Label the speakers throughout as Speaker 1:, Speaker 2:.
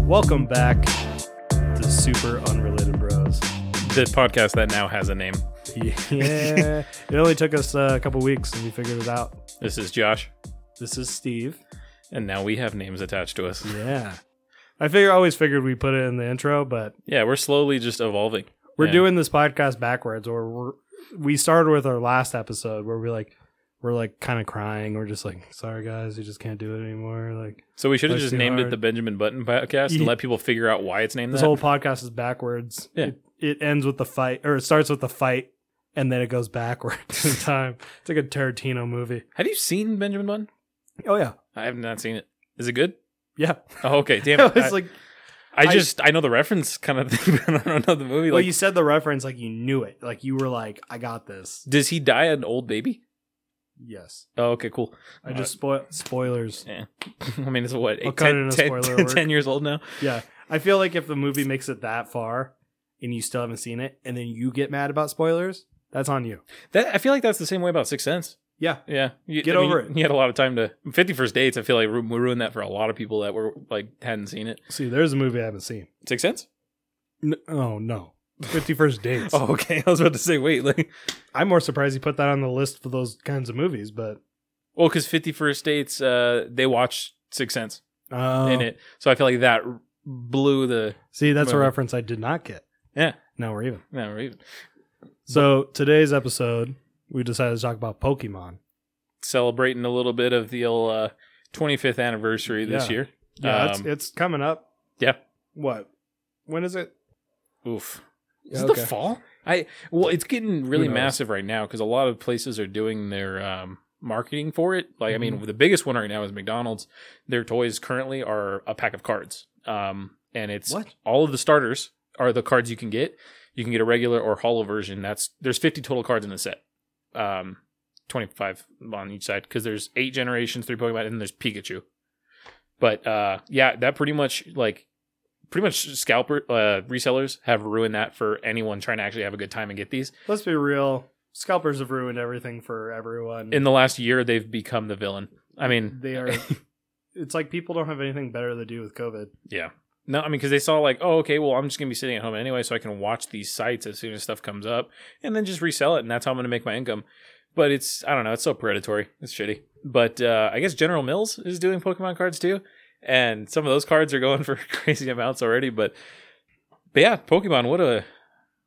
Speaker 1: Welcome back to Super Unrelated Bros.
Speaker 2: The podcast that now has a name.
Speaker 1: Yeah, it only took us uh, a couple weeks and we figured it out.
Speaker 2: This is Josh,
Speaker 1: This is Steve.
Speaker 2: and now we have names attached to us.
Speaker 1: Yeah, I figure I always figured we put it in the intro, but
Speaker 2: Yeah, we're slowly just evolving.
Speaker 1: we're
Speaker 2: Yeah.
Speaker 1: doing this podcast backwards. Or we're, we started with our last episode where we like we're like kind of crying. We're just like, sorry guys, we just can't do it anymore. Like
Speaker 2: So we should have
Speaker 1: Life's
Speaker 2: just
Speaker 1: too
Speaker 2: named
Speaker 1: hard.
Speaker 2: it the Benjamin Button Podcast
Speaker 1: Yeah.
Speaker 2: and let people figure out why it's named
Speaker 1: this
Speaker 2: that.
Speaker 1: whole podcast is backwards.
Speaker 2: Yeah.
Speaker 1: It, it ends with the fight, or it starts with the fight, and then it goes backwards in time. It's like a Tarantino movie.
Speaker 2: have you seen Benjamin Button?
Speaker 1: Oh yeah,
Speaker 2: I have not seen it. Is it good?
Speaker 1: yeah.
Speaker 2: Oh, okay. Damn
Speaker 1: It's
Speaker 2: it. I,
Speaker 1: like,
Speaker 2: I
Speaker 1: I-
Speaker 2: just I know the reference kind of thing, but I don't know the movie.
Speaker 1: well,
Speaker 2: Like,
Speaker 1: you said the reference like you knew it, like you were like, I got this.
Speaker 2: does he die an old baby?
Speaker 1: Yes,
Speaker 2: Oh, okay, cool.
Speaker 1: I
Speaker 2: All
Speaker 1: just spoil spoilers.
Speaker 2: Yeah. I mean, it's what
Speaker 1: I'll
Speaker 2: eight,
Speaker 1: cut
Speaker 2: ten-
Speaker 1: in a
Speaker 2: ten-
Speaker 1: spoiler
Speaker 2: ten-
Speaker 1: work.
Speaker 2: 10 years old now.
Speaker 1: Yeah, I feel like if the movie makes it that far and you still haven't seen it, and then you get mad about spoilers, that's on you.
Speaker 2: That I feel like that's the same way about Sixth Sense.
Speaker 1: Yeah,
Speaker 2: Yeah, you,
Speaker 1: Get over
Speaker 2: you,
Speaker 1: it.
Speaker 2: You had a lot of time to Fifty First Dates. I feel like ru- we ruined that for a lot of people that were like hadn't seen it.
Speaker 1: see, there's a movie I haven't seen.
Speaker 2: Six Sense.
Speaker 1: N- oh no, Fifty First Dates.
Speaker 2: Oh, okay. I was about to say wait, like,
Speaker 1: I'm more surprised you put that on the list for those kinds of movies, but
Speaker 2: well, because Fifty First Dates, uh, they watched Six Sense
Speaker 1: uh,
Speaker 2: in it, so I feel like that r- blew the.
Speaker 1: See, that's a
Speaker 2: Movie.
Speaker 1: reference I did not get.
Speaker 2: Yeah.
Speaker 1: now we're even.
Speaker 2: No, we're even
Speaker 1: So today's episode, we decided to talk about Pokemon.
Speaker 2: celebrating a little bit of the old, uh, 25th anniversary this
Speaker 1: Yeah.
Speaker 2: year.
Speaker 1: Yeah,
Speaker 2: Um,
Speaker 1: it's, it's coming up.
Speaker 2: yeah.
Speaker 1: What? When is it?
Speaker 2: Oof.
Speaker 1: Yeah,
Speaker 2: Is it
Speaker 1: okay.
Speaker 2: the fall? I well, it's getting really
Speaker 1: knows?
Speaker 2: massive right now because a lot of places are doing their um, marketing for it. Like, I
Speaker 1: Mm-hmm.
Speaker 2: mean, the biggest one right now is McDonald's. Their toys currently are a pack of cards, um, and it's
Speaker 1: What?
Speaker 2: all of the starters are the cards you can get. You can get a regular or hollow version. That's there's 50 total cards in a set, um, 25 on each side because there's eight generations, three Pokemon, and then there's Pikachu. But uh, yeah, that pretty much like pretty much scalper uh, resellers have ruined that for anyone trying to actually have a good time and get these.
Speaker 1: Let's be real. Scalpers have ruined everything for everyone.
Speaker 2: In the last year, they've become the villain. I mean,
Speaker 1: they are. it's like people don't have anything better to do with COVID.
Speaker 2: yeah. No, I mean, because they saw like, oh, okay, well, I'm just gonna be sitting at home anyway, so I can watch these sites as soon as stuff comes up, and then just resell it, and that's how I'm gonna make my income. But it's, I don't know, it's so predatory. It's shitty. But uh, I guess General Mills is doing Pokemon cards too, and some of those cards are going for crazy amounts already. But, but yeah, Pokemon, what a,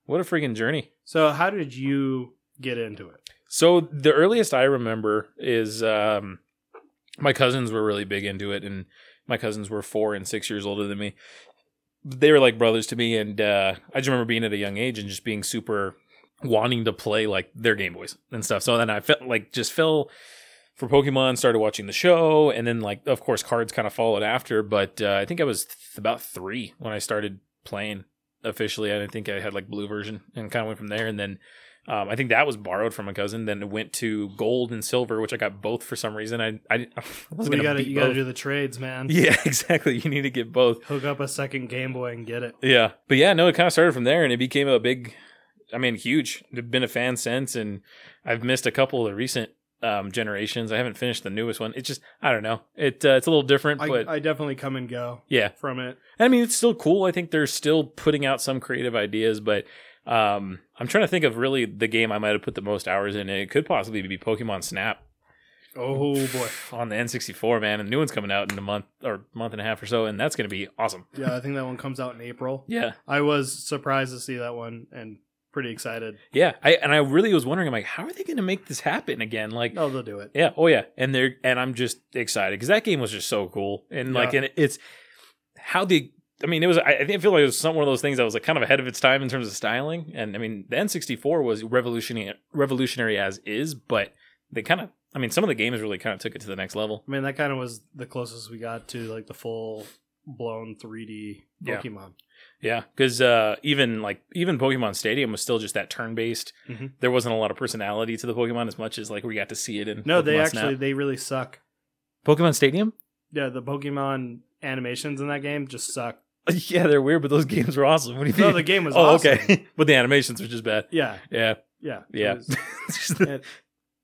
Speaker 2: what a freaking journey.
Speaker 1: So, how did you get into it?
Speaker 2: So the earliest I remember is um, my cousins were really big into it, and my cousins were four and six years older than me. They were like brothers to me, and uh, I just remember being at a young age and just being super wanting to play like their Game Boys and stuff. So then I felt like just fell for Pokemon, started watching the show, and then like of course cards kind of followed after. But uh, I think I was th- about three when I started playing officially. I think I had like blue version and kind of went from there, and then. Um, I think that was borrowed from a cousin. Then it went to gold and silver, which I got both for some reason. I I, I was
Speaker 1: Well,
Speaker 2: gonna
Speaker 1: you gotta,
Speaker 2: beat
Speaker 1: you gotta
Speaker 2: both.
Speaker 1: do the trades, man.
Speaker 2: Yeah, exactly. You need to get both.
Speaker 1: Hook up a second Game Boy and get it.
Speaker 2: Yeah. But yeah, no, it kind of started from there and it became a big, I mean, huge. I've been a fan since and I've missed a couple of the recent um, generations. I haven't finished the newest one. It's just, I don't know. It uh, It's a little different,
Speaker 1: I,
Speaker 2: but
Speaker 1: I definitely come and go
Speaker 2: yeah.
Speaker 1: from it.
Speaker 2: I mean, it's still cool. I think they're still putting out some creative ideas, but um, I'm trying to think of really the game I might have put the most hours in. It could possibly be Pokemon Snap.
Speaker 1: Oh boy.
Speaker 2: On the N64, man. And the new one's coming out in a month or month and a half or so, and that's going to be awesome.
Speaker 1: Yeah, I think that one comes out in April.
Speaker 2: Yeah.
Speaker 1: I was surprised to see that one and pretty excited.
Speaker 2: Yeah, I and I really was wondering. I'm like, how are they going to make this happen again? Like,
Speaker 1: No, they'll do it.
Speaker 2: yeah, oh yeah, and they're and I'm just excited because that game was just so cool and like
Speaker 1: Yeah.
Speaker 2: and it's how the I mean it was I, I think I feel like it was some one of those things that was like kind of ahead of its time in terms of styling and I mean the N64 was revolutionary revolutionary as is, but they kind of I mean some of the games really kind of took it to the next level.
Speaker 1: I mean, that kind of was the closest we got to like the full blown 3D
Speaker 2: Yeah.
Speaker 1: Pokemon.
Speaker 2: Yeah, because uh, even like even Pokemon Stadium was still just that turn based.
Speaker 1: Mhm.
Speaker 2: There wasn't a lot of personality to the Pokemon as much as like we got to see it in
Speaker 1: No, they
Speaker 2: Pokemon
Speaker 1: actually
Speaker 2: Snap.
Speaker 1: they really suck.
Speaker 2: Pokemon Stadium.
Speaker 1: Yeah, the Pokemon animations in that game just suck.
Speaker 2: Yeah, they're weird, but those games were awesome. What do you
Speaker 1: No,
Speaker 2: mean?
Speaker 1: the game was
Speaker 2: oh,
Speaker 1: awesome.
Speaker 2: okay. but the animations were just bad.
Speaker 1: Yeah,
Speaker 2: Yeah,
Speaker 1: yeah, it
Speaker 2: yeah.
Speaker 1: was-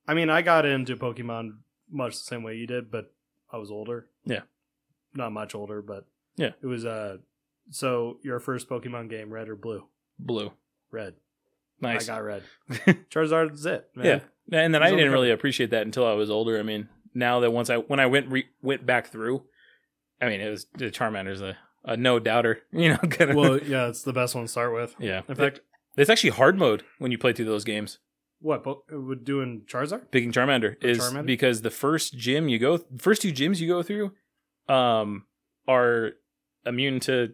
Speaker 1: I mean, I got into Pokemon much the same way you did, but I was older.
Speaker 2: Yeah.
Speaker 1: Not much older, but
Speaker 2: Yeah.
Speaker 1: It was uh So your first Pokemon game, red or blue?
Speaker 2: Blue.
Speaker 1: Red.
Speaker 2: Nice.
Speaker 1: I got red. Charizard's it. Man.
Speaker 2: Yeah. and
Speaker 1: He's
Speaker 2: then I
Speaker 1: on the
Speaker 2: didn't
Speaker 1: cover.
Speaker 2: really appreciate that until I was older. I mean, now that once I when I went re, went back through, I mean, it was the Charmander's a, a no doubter, you know. Kind of,
Speaker 1: Well, yeah, it's the best one to start with.
Speaker 2: yeah.
Speaker 1: In fact,
Speaker 2: it's actually hard mode when you play through those games.
Speaker 1: what? But would doing Charizard?
Speaker 2: Picking Charmander
Speaker 1: Or
Speaker 2: is
Speaker 1: Charmander?
Speaker 2: because the first gym you go, first two gyms you go through, um, are immune to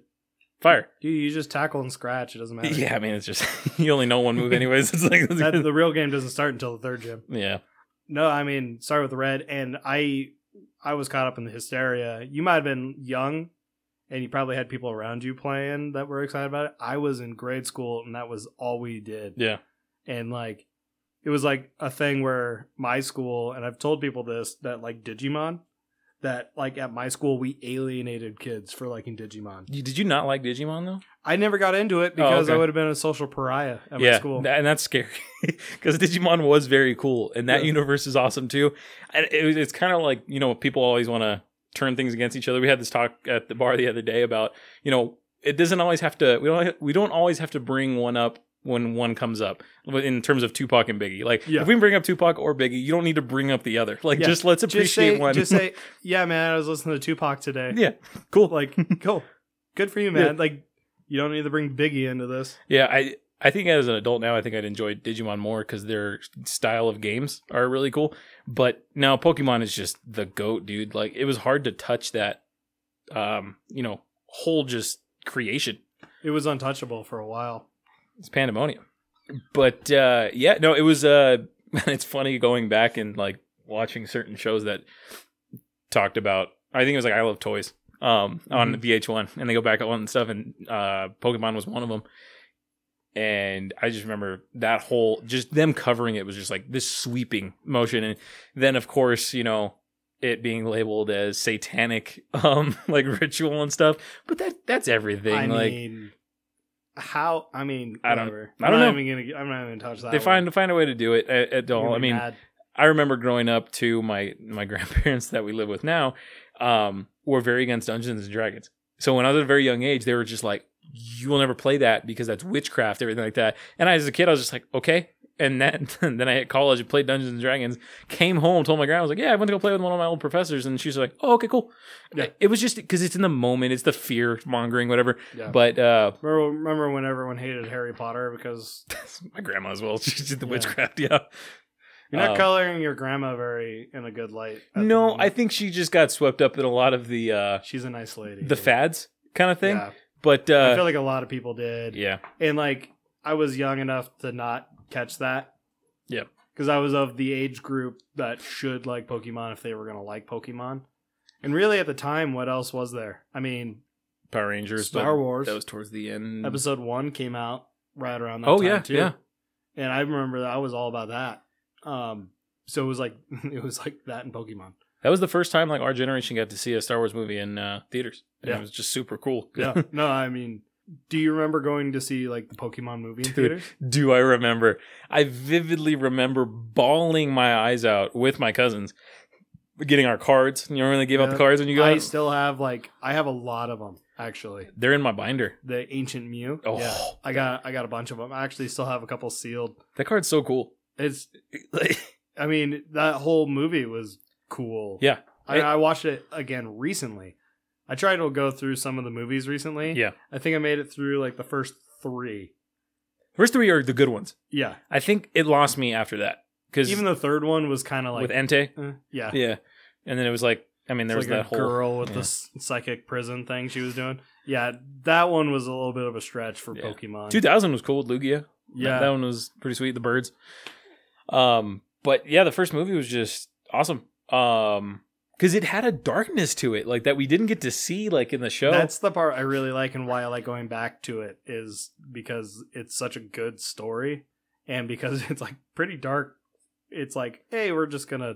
Speaker 2: fire.
Speaker 1: You, you just tackle and scratch. It doesn't matter.
Speaker 2: Yeah, I mean, it's just you only know one move, anyways. It's like
Speaker 1: That, the real game doesn't start until the third gym.
Speaker 2: yeah,
Speaker 1: No, I mean start with red, and I I was caught up in the hysteria. You might have been young, and you probably had people around you playing that were excited about it. I was in grade school, and that was all we did.
Speaker 2: yeah,
Speaker 1: and like it was like a thing where my school and i've told people this that like digimon that like at my school we alienated kids for liking digimon
Speaker 2: You- Did you not like Digimon though?
Speaker 1: i never got into it because
Speaker 2: Oh, okay.
Speaker 1: i would have been a social pariah at my school
Speaker 2: tha- and that's scary because Digimon was very cool, and that
Speaker 1: Yeah.
Speaker 2: universe is awesome too. And it, was- it's kind of like you know people always want to turn things against each other. We had this talk at the bar the other day about you know it doesn't always have to we don't we don't always have to bring one up when one comes up in terms of Tupac and Biggie. Like
Speaker 1: Yeah.
Speaker 2: if we bring up Tupac or Biggie, you don't need to bring up the other. Like
Speaker 1: Yeah.
Speaker 2: just let's appreciate
Speaker 1: just say
Speaker 2: one.
Speaker 1: just say yeah man i was listening to tupac today
Speaker 2: yeah,
Speaker 1: cool like cool good for you man
Speaker 2: Yeah.
Speaker 1: like you don't need to bring biggie into this
Speaker 2: yeah. I I think as an adult now, I think I'd enjoy Digimon more because their style of games are really cool. But now Pokemon is just the goat, dude. Like it was hard to touch that, um, you know, whole just creation.
Speaker 1: it was untouchable for a while
Speaker 2: It's pandemonium. But uh, yeah, no, it was. Uh, it's funny going back and like watching certain shows that talked about. I think it was like I Love Toys um, on
Speaker 1: Mhm.
Speaker 2: VH1, and they go back on and stuff, and uh, Pokemon was one of them. And I just remember that whole just them covering it was just like this sweeping motion, and then of course you know it being labeled as satanic um like ritual and stuff but that that's everything
Speaker 1: i
Speaker 2: like
Speaker 1: mean how i mean
Speaker 2: I don't-
Speaker 1: whatever.
Speaker 2: I don't
Speaker 1: I'm
Speaker 2: know.
Speaker 1: not even gonna i'm not even gonna touch that
Speaker 2: they
Speaker 1: one.
Speaker 2: find find a way to do it at, at
Speaker 1: You're
Speaker 2: all.
Speaker 1: gonna
Speaker 2: I
Speaker 1: be
Speaker 2: mean,
Speaker 1: mad.
Speaker 2: I remember growing up to my my grandparents that we live with now um, were very against Dungeons and Dragons. So when I was at a very young age, they were just like, "You will never play that because that's witchcraft, everything like that." And I, as a kid, I was just like, "Okay." And then then I hit college and played Dungeons and Dragons. Came home, told my grandma, I was like, "Yeah, I went to go play with one of my old professors," and she was like, "Oh, okay, cool."
Speaker 1: Yeah.
Speaker 2: It was just because it's in the moment, it's the fear mongering, whatever.
Speaker 1: yeah.
Speaker 2: But uh,
Speaker 1: Remember, remember when everyone hated Harry Potter because
Speaker 2: my grandma as well, she did the
Speaker 1: Yeah.
Speaker 2: witchcraft, yeah.
Speaker 1: you're not
Speaker 2: Uh,
Speaker 1: coloring your grandma very in a good light. at the
Speaker 2: No, I
Speaker 1: moment.
Speaker 2: think she just got swept up in a lot of the uh
Speaker 1: she's a nice lady.
Speaker 2: the fads kind of thing.
Speaker 1: Yeah.
Speaker 2: But
Speaker 1: I
Speaker 2: uh
Speaker 1: feel like a lot of people did,
Speaker 2: yeah.
Speaker 1: and like I was young enough to not catch that.
Speaker 2: Yeah.
Speaker 1: because I was of the age group that should like Pokemon if they were gonna like Pokemon. And really, at the time, what else was there? I mean,
Speaker 2: Power Rangers
Speaker 1: Star
Speaker 2: but
Speaker 1: Wars.
Speaker 2: That was towards the end.
Speaker 1: episode one came out right around that
Speaker 2: Oh,
Speaker 1: time
Speaker 2: yeah,
Speaker 1: too.
Speaker 2: yeah.
Speaker 1: And I remember that I was all about that. Um so it was like it was like that in Pokemon.
Speaker 2: that was the first time like our generation got to see a Star Wars movie in uh theaters. And
Speaker 1: Yeah.
Speaker 2: it was just super cool.
Speaker 1: Yeah. no, I mean do you remember going to see like the Pokemon movie in
Speaker 2: Dude.
Speaker 1: theaters?
Speaker 2: Do I remember? I vividly remember bawling my eyes out with my cousins. Getting our cards. You remember when they gave out the
Speaker 1: Yeah.
Speaker 2: cards when you
Speaker 1: I
Speaker 2: guys?
Speaker 1: still have like I have a lot of them actually.
Speaker 2: They're in my binder.
Speaker 1: The Ancient Mew.
Speaker 2: Oh,
Speaker 1: Yeah. I got I got a bunch of them. I actually still have a couple sealed.
Speaker 2: that card's so cool.
Speaker 1: It's
Speaker 2: Like,
Speaker 1: I mean that whole movie was cool.
Speaker 2: Yeah.
Speaker 1: I,
Speaker 2: It-
Speaker 1: I watched it again recently. I tried to go through some of the movies recently.
Speaker 2: yeah.
Speaker 1: I think I made it through like the first three.
Speaker 2: First three are the good ones.
Speaker 1: Yeah,
Speaker 2: I think it lost me after that. Because
Speaker 1: even the third one was kind of like,
Speaker 2: with Entei.
Speaker 1: eh, yeah,
Speaker 2: Yeah. And then it was like, I mean,
Speaker 1: It's
Speaker 2: there was
Speaker 1: like
Speaker 2: that
Speaker 1: a
Speaker 2: whole
Speaker 1: girl with
Speaker 2: yeah.
Speaker 1: the s- psychic prison thing she was doing. Yeah, that one was a little bit of a stretch for
Speaker 2: Yeah.
Speaker 1: Pokemon.
Speaker 2: 2000 was cool with Lugia.
Speaker 1: yeah,
Speaker 2: That one was pretty sweet. The birds. Um, but yeah, the first movie was just awesome. Um, because it had a darkness to it, like that we didn't get to see, like in the show.
Speaker 1: that's the part I really like, and why I like going back to it is because it's such a good story, and because it's like pretty dark. It's like, hey, we're just gonna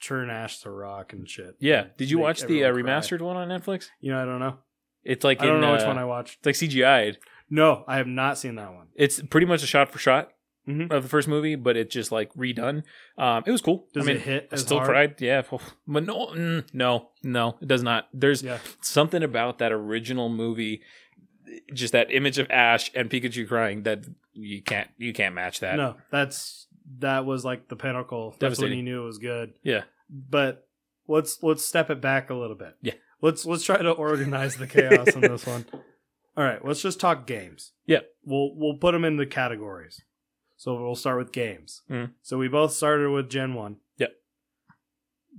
Speaker 1: churn ash to rock and shit.
Speaker 2: yeah. Did you
Speaker 1: Make
Speaker 2: watch the uh,
Speaker 1: everyone cry.
Speaker 2: remastered one on Netflix?
Speaker 1: You know, I don't know.
Speaker 2: It's like
Speaker 1: I don't
Speaker 2: in,
Speaker 1: know which
Speaker 2: uh,
Speaker 1: one I watched.
Speaker 2: It's like CGI'd.
Speaker 1: No, I have not seen that one.
Speaker 2: It's pretty much a shot for shot.
Speaker 1: Mhm.
Speaker 2: of the first movie, but it just like redone. Um, it was cool.
Speaker 1: Does
Speaker 2: I mean,
Speaker 1: it hit?
Speaker 2: I
Speaker 1: as
Speaker 2: still
Speaker 1: hard?
Speaker 2: cried. Yeah, but no, mm, no, no, it does not. There's
Speaker 1: Yeah,
Speaker 2: something about that original movie, just that image of Ash and Pikachu crying that you can't you can't match that.
Speaker 1: no, that's that was like the pinnacle. That's when
Speaker 2: Devastating.
Speaker 1: you knew it was good.
Speaker 2: Yeah.
Speaker 1: but let's let's step it back a little bit.
Speaker 2: Yeah.
Speaker 1: let's let's try to organize the chaos in this one. All right, let's just talk games.
Speaker 2: Yeah.
Speaker 1: we'll we'll put them in the categories. So we'll start with games.
Speaker 2: Mhm.
Speaker 1: So we both started with Gen One.
Speaker 2: Yeah.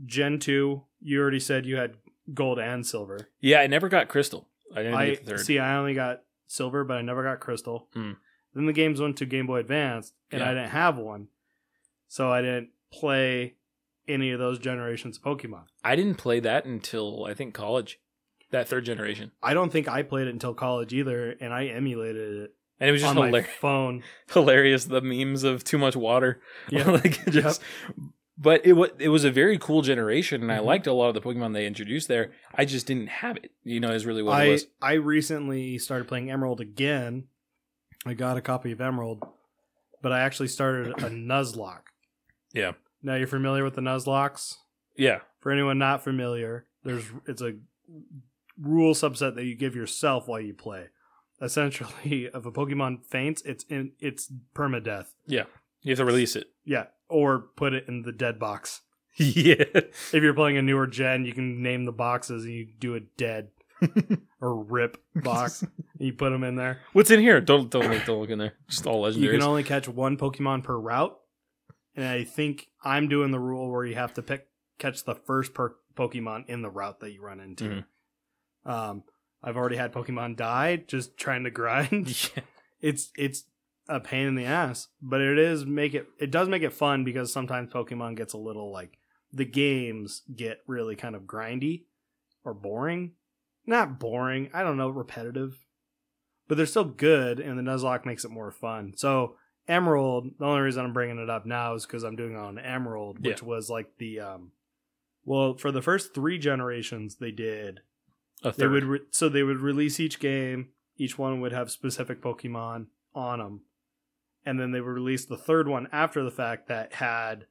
Speaker 1: Gen Two, you already said you had gold and silver.
Speaker 2: Yeah, I never got Crystal. I didn't
Speaker 1: I
Speaker 2: get the third.
Speaker 1: see. I only got silver, but I never got crystal.
Speaker 2: Hmm.
Speaker 1: Then the games went to Game Boy Advance, and
Speaker 2: Yeah.
Speaker 1: I didn't have one, so I didn't play any of those generations of Pokemon.
Speaker 2: I didn't play that until I think college, that third generation,
Speaker 1: I don't think I played it until college either, and I emulated it
Speaker 2: and it was
Speaker 1: on
Speaker 2: just
Speaker 1: my
Speaker 2: hilar-
Speaker 1: phone.
Speaker 2: hilarious. The memes of too much water.
Speaker 1: Yeah.
Speaker 2: like just. But it was it was a very cool generation, and I
Speaker 1: Mhm.
Speaker 2: liked a lot of the Pokemon they introduced there. I just didn't have it. You know, is really what it
Speaker 1: I
Speaker 2: was.
Speaker 1: I recently started playing Emerald again. I got a copy of Emerald, but I actually started a Nuzlocke.
Speaker 2: Yeah.
Speaker 1: Now you're familiar with the Nuzlocks.
Speaker 2: Yeah,
Speaker 1: for anyone not familiar, there's it's a rule subset that you give yourself while you play. Essentially, if a Pokemon faints, it's in it's permadeath.
Speaker 2: you have to release it.
Speaker 1: Yeah, or put it in the dead box.
Speaker 2: yeah,
Speaker 1: If you're playing a newer gen, you can name the boxes and you do a dead or rip box. and you put them in there.
Speaker 2: What's in here? Don't don't look, don't look in there. Just all
Speaker 1: You
Speaker 2: legendaries.
Speaker 1: can only catch one Pokemon per route, and I think I'm doing the rule where you have to pick catch the first per- Pokemon in the route that you run into.
Speaker 2: Mhm.
Speaker 1: Um, I've already had Pokemon die just trying to grind.
Speaker 2: yeah.
Speaker 1: it's it's a pain in the ass, but it is make it it does make it fun because sometimes Pokemon gets a little like the games get really kind of grindy or boring. Not boring, I don't know, repetitive. But they're still good and the Nuzlocke makes it more fun. So Emerald, the only reason I'm bringing it up now is because I'm doing it on Emerald, which was like the um well, for the first 3 generations they did they
Speaker 2: A third.
Speaker 1: would re- so they would release each game. Each one would have specific Pokemon on them, and then they would release the third one after the fact that had,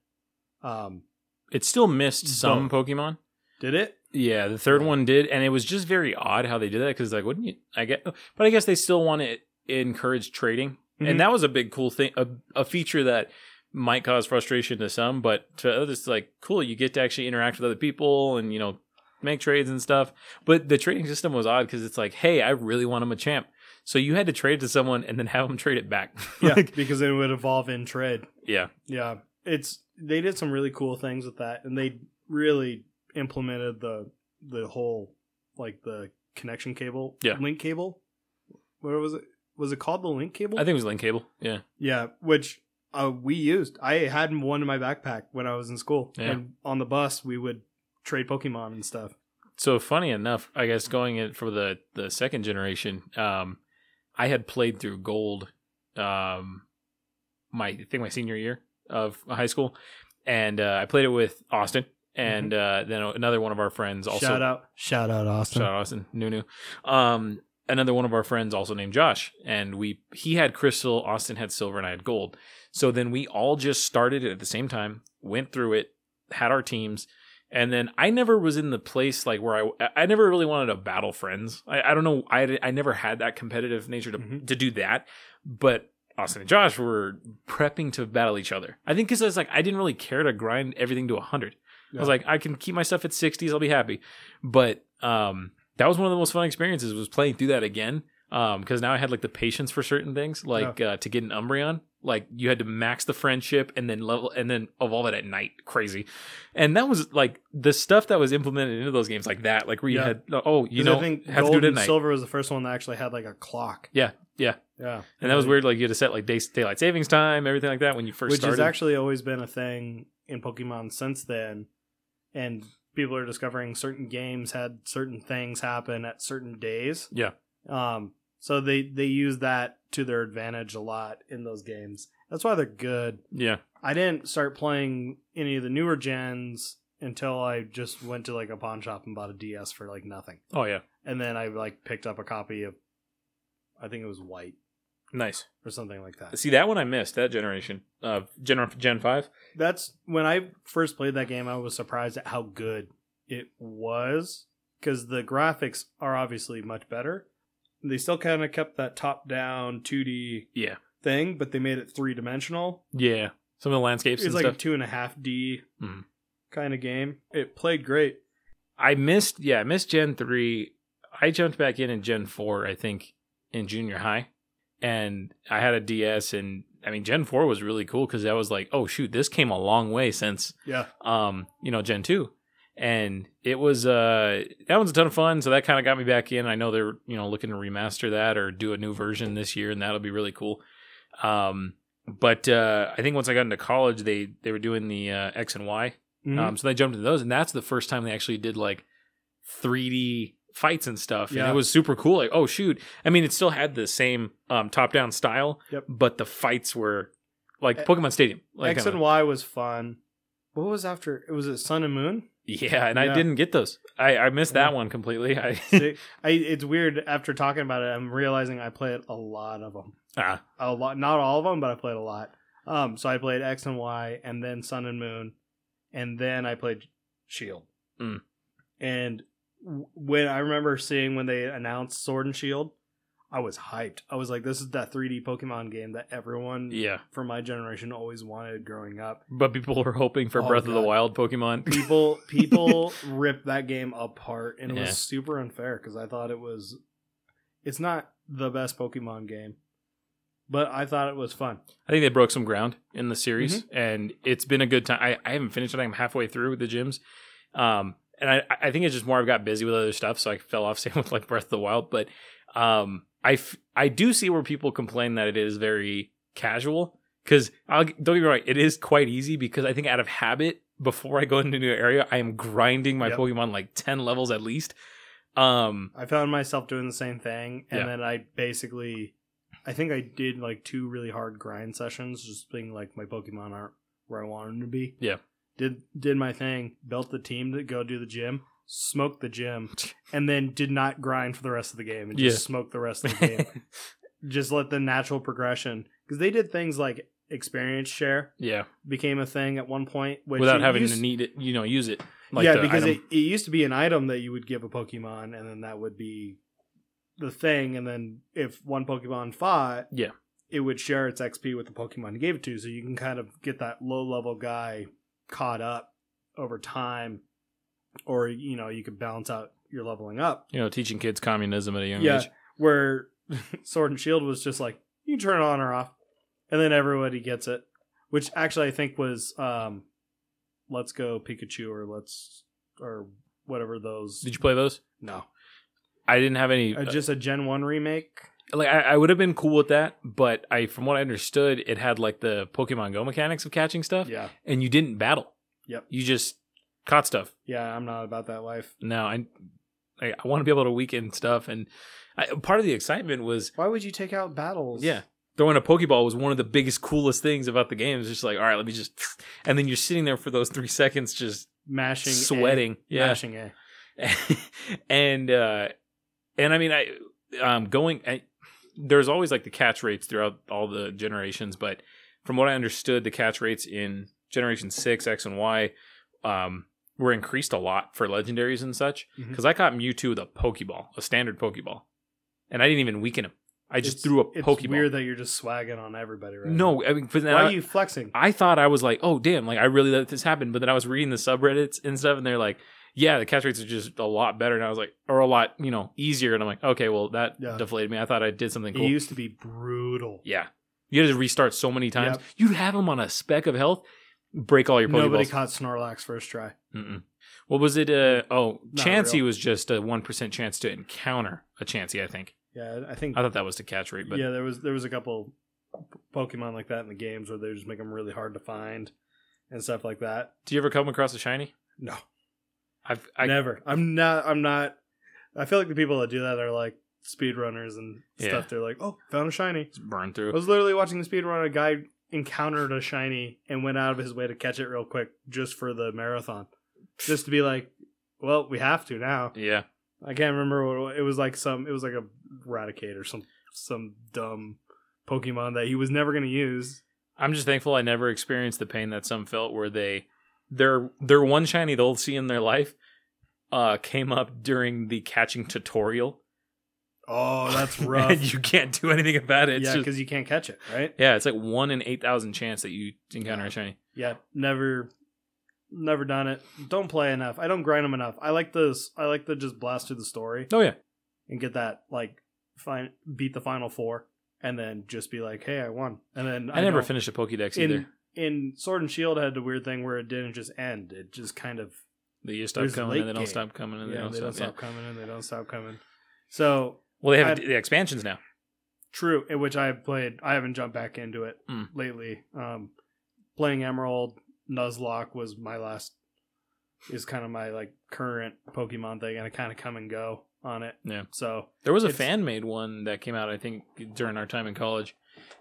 Speaker 1: um,
Speaker 2: it still missed some Pokemon.
Speaker 1: did it?
Speaker 2: Yeah, the third
Speaker 1: Yeah.
Speaker 2: one did, and it was just very odd how they did that because like, wouldn't you? I get, but I guess they still want to encourage trading,
Speaker 1: Mhm.
Speaker 2: and that was a big cool thing, a, a feature that might cause frustration to some, but to others, like, cool, you get to actually interact with other people and you know make trades and stuff. But the trading system was odd because it's like, hey, I really want him a champ, so you had to trade to someone and then have them trade it back.
Speaker 1: Yeah,
Speaker 2: Like,
Speaker 1: because it would evolve in trade.
Speaker 2: yeah,
Speaker 1: Yeah, it's they did some really cool things with that, and they really implemented the the whole like the connection cable,
Speaker 2: Yeah.
Speaker 1: link cable. What was it? Was it called the link cable?
Speaker 2: I think it was link cable. Yeah,
Speaker 1: Yeah, which uh, we used. I had one in my backpack when I was in school,
Speaker 2: Yeah.
Speaker 1: and on the bus we would trade Pokemon and stuff.
Speaker 2: so funny enough, I guess going in for the the second generation, um, I had played through gold, um, my I think my senior year of high school, and uh, I played it with Austin and uh, then another one of our friends also
Speaker 1: shout out, shout out, Austin.
Speaker 2: Shout out Austin Nunu. Um, another one of our friends also named Josh, and we he had crystal, Austin had silver, and I had gold. So then we all just started it at the same time, went through it, had our teams, and then I never was in the place like where I I never really wanted to battle friends. I, I don't know I I never had that competitive nature to
Speaker 1: Mhm.
Speaker 2: to do that, but. Austin and Josh were prepping to battle each other. I think because I was like, I didn't really care to grind everything to 100. I was
Speaker 1: Yeah.
Speaker 2: like, I can keep my stuff at 60s. I'll be happy but um that was one of the most fun experiences was playing through that again um because now i had like the patience for certain things like uh, to get an umbreon like you had to max the friendship and then level and then evolve it at night crazy and that was like the stuff that was implemented into those games like that like where you
Speaker 1: Yeah.
Speaker 2: had oh you
Speaker 1: 'Cause
Speaker 2: know
Speaker 1: I think
Speaker 2: have to
Speaker 1: Gold
Speaker 2: do it at
Speaker 1: and
Speaker 2: night
Speaker 1: Silver was the first one that actually had like a clock.
Speaker 2: Yeah, yeah.
Speaker 1: yeah.
Speaker 2: and that was weird like you had to set like day, daylight savings time everything like that when you first
Speaker 1: which
Speaker 2: started
Speaker 1: has actually always been a thing in Pokemon since then, and people are discovering certain games had certain things happen at certain days.
Speaker 2: Yeah.
Speaker 1: Um. So they they use that to their advantage a lot in those games. That's why they're good.
Speaker 2: yeah
Speaker 1: I didn't start playing any of the newer gens until I just went to like a pawn shop and bought a DS for like nothing.
Speaker 2: oh yeah
Speaker 1: And then I like picked up a copy of I think it was White
Speaker 2: Nice.
Speaker 1: or something like that.
Speaker 2: See that one I missed that generation. Uh, Gen Gen Five.
Speaker 1: That's when I first played that game. I was surprised at how good it was because the graphics are obviously much better. They still kind of kept that top down 2D
Speaker 2: Yeah.
Speaker 1: thing, but they made it three dimensional.
Speaker 2: Yeah. Some of the landscapes
Speaker 1: It's
Speaker 2: and
Speaker 1: like a
Speaker 2: stuff.
Speaker 1: two and a half D
Speaker 2: Mhm.
Speaker 1: kind of game. It played great.
Speaker 2: I missed. Yeah, I missed Gen Three. I jumped back in in Gen Four. I think in junior high, and I had a DS. And I mean, Gen Four was really cool because that was like, oh shoot, this came a long way since
Speaker 1: Yeah.
Speaker 2: um, you know, Gen 2. And it was uh that one's a ton of fun, so that kind of got me back in. I know they're, you know, looking to remaster that or do a new version this year and that'll be really cool. Um but uh I think once I got into college, they they were doing the uh X and Y.
Speaker 1: Mhm.
Speaker 2: Um so they jumped into those and that's the first time they actually did like 3D fights and stuff. And
Speaker 1: Yeah.
Speaker 2: it was super cool. Like, oh shoot. I mean, it still had the same um top-down style,
Speaker 1: Yep.
Speaker 2: but the fights were like
Speaker 1: Eh,
Speaker 2: Pokemon Stadium. Like
Speaker 1: X
Speaker 2: kinda-
Speaker 1: and Y was fun. What was after? It was it Sun and Moon.
Speaker 2: Yeah, and I
Speaker 1: Yeah.
Speaker 2: didn't get those. I, I missed that
Speaker 1: Yeah.
Speaker 2: one completely. I
Speaker 1: See, I, it's weird after talking about it. I'm realizing I played a lot of them.
Speaker 2: Ah,
Speaker 1: a lot not all of them but i played a lot um so i played x and y and then sun and moon and then i played shield
Speaker 2: Mm.
Speaker 1: and w- when i remember seeing when they announced sword and shield i was hyped i was like this is that 3d pokemon game that everyone
Speaker 2: yeah.
Speaker 1: from my generation always wanted growing up
Speaker 2: But people were hoping for
Speaker 1: Oh,
Speaker 2: Breath of the
Speaker 1: God.
Speaker 2: Wild Pokemon.
Speaker 1: people people ripped that game apart and it
Speaker 2: Yeah.
Speaker 1: was super unfair because i thought it was it's not the best pokemon game but i thought it was fun
Speaker 2: I think they broke some ground in the series,
Speaker 1: Mm-hmm.
Speaker 2: and it's been a good time. I, I haven't finished it. I'm halfway through with the gyms. Um, and I, I think it's just more I've got busy with other stuff, so I fell off same with like Breath of the Wild. But um, I, f- I do see where people complain that it is very casual. Because don't get me wrong, it is quite easy because I think out of habit, before I go into a new area, I am grinding my
Speaker 1: Yep.
Speaker 2: Pokemon like 10 levels at least. Um,
Speaker 1: I found myself doing the same thing, and
Speaker 2: Yeah.
Speaker 1: then I basically, I think I did like two really hard grind sessions, just being like my Pokemon aren't where I want them to be.
Speaker 2: Yeah.
Speaker 1: did did my thing, built the team to go do the gym, smoked the gym, and then did not grind for the rest of the game and just
Speaker 2: Yeah.
Speaker 1: smoked the rest of the game. just let the natural progression because they did things like experience share
Speaker 2: yeah,
Speaker 1: became a thing at one point which
Speaker 2: without
Speaker 1: you
Speaker 2: having
Speaker 1: used-
Speaker 2: to need it, you know, use it.
Speaker 1: yeah,
Speaker 2: the
Speaker 1: because
Speaker 2: item.
Speaker 1: it, it used to be an item that you would give a Pokemon, and then that would be the thing. And then if one Pokemon fought,
Speaker 2: Yeah.
Speaker 1: it would share its XP with the Pokemon you gave it to. So you can kind of get that low level guy caught up over time, or you know you could balance out your leveling up.
Speaker 2: you know, teaching kids communism at a young
Speaker 1: Yeah.
Speaker 2: age.
Speaker 1: Where Sword and Shield was just like you can turn it on or off, and then everybody gets it. Which actually I think was um, Let's Go Pikachu or Let's or whatever those.
Speaker 2: Did you play those?
Speaker 1: No,
Speaker 2: I didn't have any. uh,
Speaker 1: uh, just a Gen One remake.
Speaker 2: like, I, I would have been cool with that, but I, from what I understood, it had like the Pokemon Go mechanics of catching stuff,
Speaker 1: Yeah,
Speaker 2: and you didn't battle.
Speaker 1: Yep.
Speaker 2: You just caught stuff.
Speaker 1: yeah, I'm not about that life.
Speaker 2: No, I, I, I want to be able to weaken stuff, and I, part of the excitement was
Speaker 1: Why would you take out battles?
Speaker 2: Yeah. Throwing a Pokeball was one of the biggest, coolest things about the game. It's just like, all right, let me just, and then you're sitting there for those three seconds, just
Speaker 1: mashing, A.
Speaker 2: sweating. Yeah.
Speaker 1: mashing A.
Speaker 2: and uh and i mean i um going I, there's always like the catch rates throughout all the generations but from what i understood the catch rates in generation 6 x and y um were increased a lot for legendaries and such
Speaker 1: Mhm.
Speaker 2: because i caught mewtwo with a pokeball a standard pokeball and i didn't even weaken him i just
Speaker 1: It's-
Speaker 2: threw a
Speaker 1: It's
Speaker 2: pokeball
Speaker 1: weird that you're just swagging on everybody right now.
Speaker 2: no i mean 'cause then
Speaker 1: Why
Speaker 2: I-
Speaker 1: are you flexing?
Speaker 2: I thought I was like, oh damn, like I really let this happen. But then I was reading the subreddits and stuff, and they're like, yeah, the catch rates are just a lot better. And I was like, or a lot, you know, easier. And I'm like, okay, well that
Speaker 1: Yeah.
Speaker 2: deflated me. I thought I did something
Speaker 1: it
Speaker 2: cool.
Speaker 1: used to be brutal.
Speaker 2: yeah, you had to restart so many times.
Speaker 1: Yep.
Speaker 2: You'd have them on a speck of health, break all your
Speaker 1: Nobody
Speaker 2: Pokeballs.
Speaker 1: caught Snorlax first try.
Speaker 2: Mm-mm. What was it? Uh, oh,
Speaker 1: Not
Speaker 2: Chansey
Speaker 1: real.
Speaker 2: was just a one percent chance to encounter a Chansey. I think
Speaker 1: Yeah, I think.
Speaker 2: I thought that was the catch rate, but
Speaker 1: yeah, there was there was a couple Pokemon like that in the games where they just make them really hard to find and stuff like that.
Speaker 2: do you ever come across a shiny?
Speaker 1: No,
Speaker 2: I've I,
Speaker 1: never. I'm not. I'm not. I feel like the people that do that are like speedrunners and
Speaker 2: Yeah.
Speaker 1: stuff. They're like, oh, found a shiny.
Speaker 2: it's burned
Speaker 1: I
Speaker 2: through.
Speaker 1: was literally watching a speedrun. A guy encountered a shiny and went out of his way to catch it real quick just for the marathon, just to be like, well, we have to now.
Speaker 2: Yeah,
Speaker 1: I can't remember what it was like. Some it was like a Raticate or some some dumb Pokemon that he was never going to use.
Speaker 2: I'm just thankful I never experienced the pain that some felt where they their their one shiny they'll see in their life uh came up during the catching tutorial.
Speaker 1: Oh, that's rough.
Speaker 2: and you can't do anything about it. It's
Speaker 1: yeah,
Speaker 2: just-
Speaker 1: because you can't catch it, right?
Speaker 2: yeah, it's like one in eight thousand chance that you encounter a shiny.
Speaker 1: Yeah, never, never done it. Don't play enough. I don't grind them enough. I like this. I like to just blast through the story
Speaker 2: Oh yeah.
Speaker 1: and get that like fine beat the final four, and then just be like, hey, I won. And then
Speaker 2: I, never
Speaker 1: don't-
Speaker 2: finished a Pokedex
Speaker 1: in
Speaker 2: either.
Speaker 1: in Sword and Shield I had the weird thing where it didn't just end. It just kind of
Speaker 2: They just stop
Speaker 1: there's
Speaker 2: coming
Speaker 1: late
Speaker 2: and they don't
Speaker 1: game.
Speaker 2: stop coming and they
Speaker 1: yeah,
Speaker 2: don't
Speaker 1: they
Speaker 2: stop.
Speaker 1: don't
Speaker 2: yeah.
Speaker 1: stop coming and they don't stop coming. So
Speaker 2: Well, they have
Speaker 1: I-
Speaker 2: the expansions now.
Speaker 1: True, in which I have played. I haven't jumped back into it
Speaker 2: Mm.
Speaker 1: lately. Um, playing Emerald Nuzlocke was my last. Is kind of my like current Pokemon thing, and I kind of come and go on it.
Speaker 2: Yeah.
Speaker 1: So
Speaker 2: There was a
Speaker 1: It's-
Speaker 2: fan made one that came out, I think, during our time in college,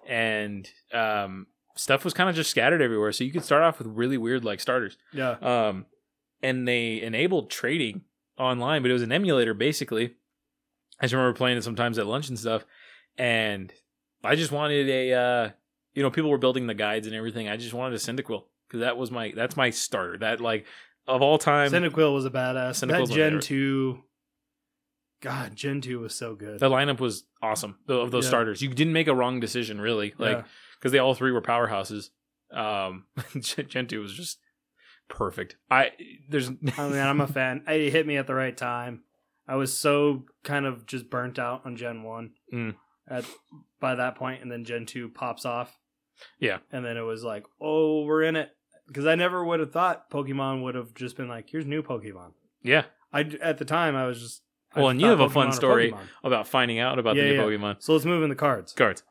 Speaker 2: and um, stuff was kind of just scattered everywhere. So you could start off with really weird like starters,
Speaker 1: yeah,
Speaker 2: um, and they enabled trading online, but it was an emulator basically. I just remember playing it sometimes at lunch and stuff, and I just wanted a, uh, you know, people were building the guides and everything. I just wanted a Cyndaquil because that was my that's my starter. That like of all time,
Speaker 1: Cyndaquil was a badass.
Speaker 2: Cyndaquil's
Speaker 1: that
Speaker 2: my
Speaker 1: Gen
Speaker 2: favorite.
Speaker 1: two. God, Gen two was so good.
Speaker 2: the lineup was awesome the, of those
Speaker 1: Yeah.
Speaker 2: starters. You didn't make a wrong decision really, like.
Speaker 1: Yeah.
Speaker 2: because they all three were powerhouses. Um, Gen- Gen two was just perfect. I there's
Speaker 1: I mean, Oh, I'm a fan. It hit me at the right time. I was so kind of just burnt out on Gen One
Speaker 2: Mm.
Speaker 1: at by that point, and then Gen Two pops off.
Speaker 2: Yeah.
Speaker 1: and then it was like, oh, we're in it because I never would have thought Pokemon would have just been like, here's new Pokemon.
Speaker 2: yeah
Speaker 1: I at the time I was just I
Speaker 2: Well,
Speaker 1: just
Speaker 2: and you
Speaker 1: thought
Speaker 2: have a fun
Speaker 1: Pokemon are
Speaker 2: story.
Speaker 1: Pokemon.
Speaker 2: about finding out about
Speaker 1: Yeah,
Speaker 2: the new
Speaker 1: yeah.
Speaker 2: Pokemon
Speaker 1: So let's move in the cards.
Speaker 2: cards.